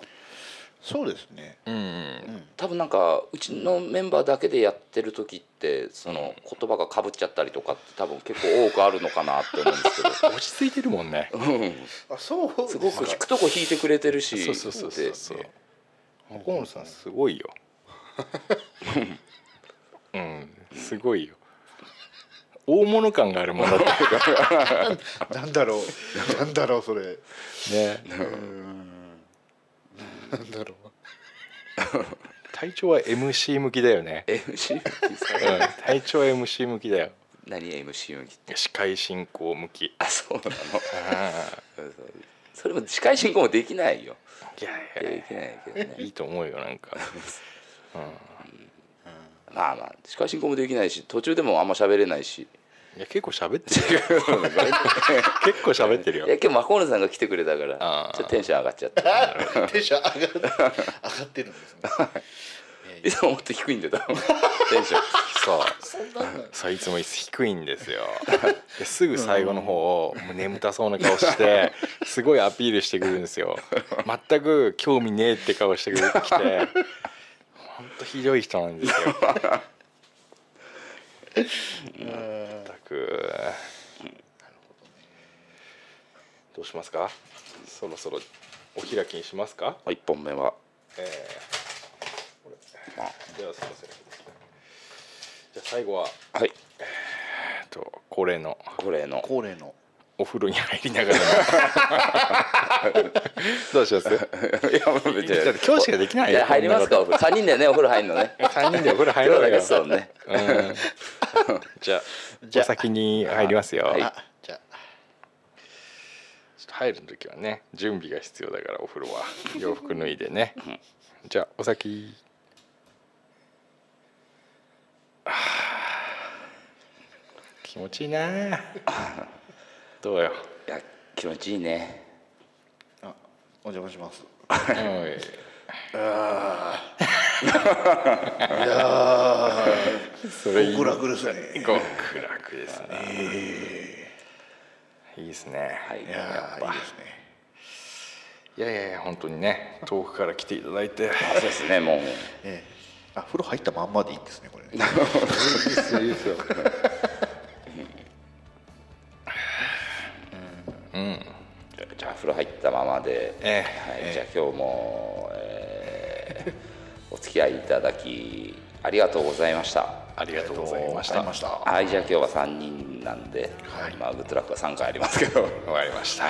そうですね
うん
うん
多分なんかうちのメンバーだけでやってる時ってその言葉がかぶっちゃったりとかって多分結構多くあるのかなって思うんです
うん落ち着いてるもんね
けど、うん、
あそうですす
ご
か
く弾くとこ弾いてくれてるし
そうそうそうそうそう
で
小野さんすごいようんすごいよ大物感があるものだっていうか
なんだろうなんだろうそれ
ね
なんだろう
体調は MC 向きだよね、
MC です
う
か
ん、体調は MC 向きだよ
何 MC 向きって
司会進行向き
あそうなの
あ
そうそうそれも司会進行もできないよ
ーいや
で
いやい
きないけど
やい
ね
いと思うよなんか
まあまあ司会進行もできないし途中でもあんま喋れないし
いや結構喋ってるよ 結構喋ってるよ
いや今日マコールさんが来てくれたから
あー
ちょっとテンション上がっちゃった
テンション上がる上がってるんですね
いつももっと低いんだよ多分テンション
そうそういつも低いんです よですぐ最後の方もう眠たそうな顔してすごいアピールしてくるんですよ全く興味ねえって顔してくるきてほんとひどい人なんですよ全くどうしますかそろそろお開きにしますか
1本目は
えーこれではすいませんじゃあ最後は
はい
えっと恒例の
これ の
恒例の
お風呂に入りながらのどうします
いやもう別に
だって教師ができない
いや入りますかお風呂3人でねお風呂入るのね
3人でお風呂入
今日
ろう
だけ
よ
そうね
うんじゃあ
じゃあ
お先に入りますよ、
はい
ちょっ
あじゃあ
と入る時はね準備が必要だからお風呂は洋服脱いでねじゃあお先あー気持ちいいなどうよ
いや気持ちいいね
お邪魔します
おい それいい
極楽ですね
極楽ですね。いいですね。い、
いやーいいですね
やいやいや本当にね遠くから来ていただいて。
そうですねもう
ええ、あ風呂入ったまんまでいいんですねこれね
じゃあ風呂入ったままで、
え
はい、じゃあ今日も、えーお付き合いいただきありがとうございました
ありがとうございまし
あ
た。
りました
はいじゃあ今日は3人なんで、今グッドラックは3回ありますけど
わかりました。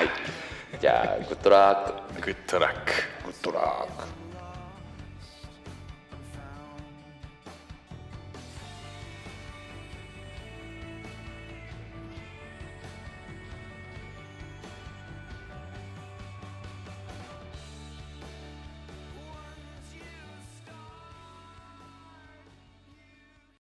じゃあグッドラック
グッドラック。
グッドラック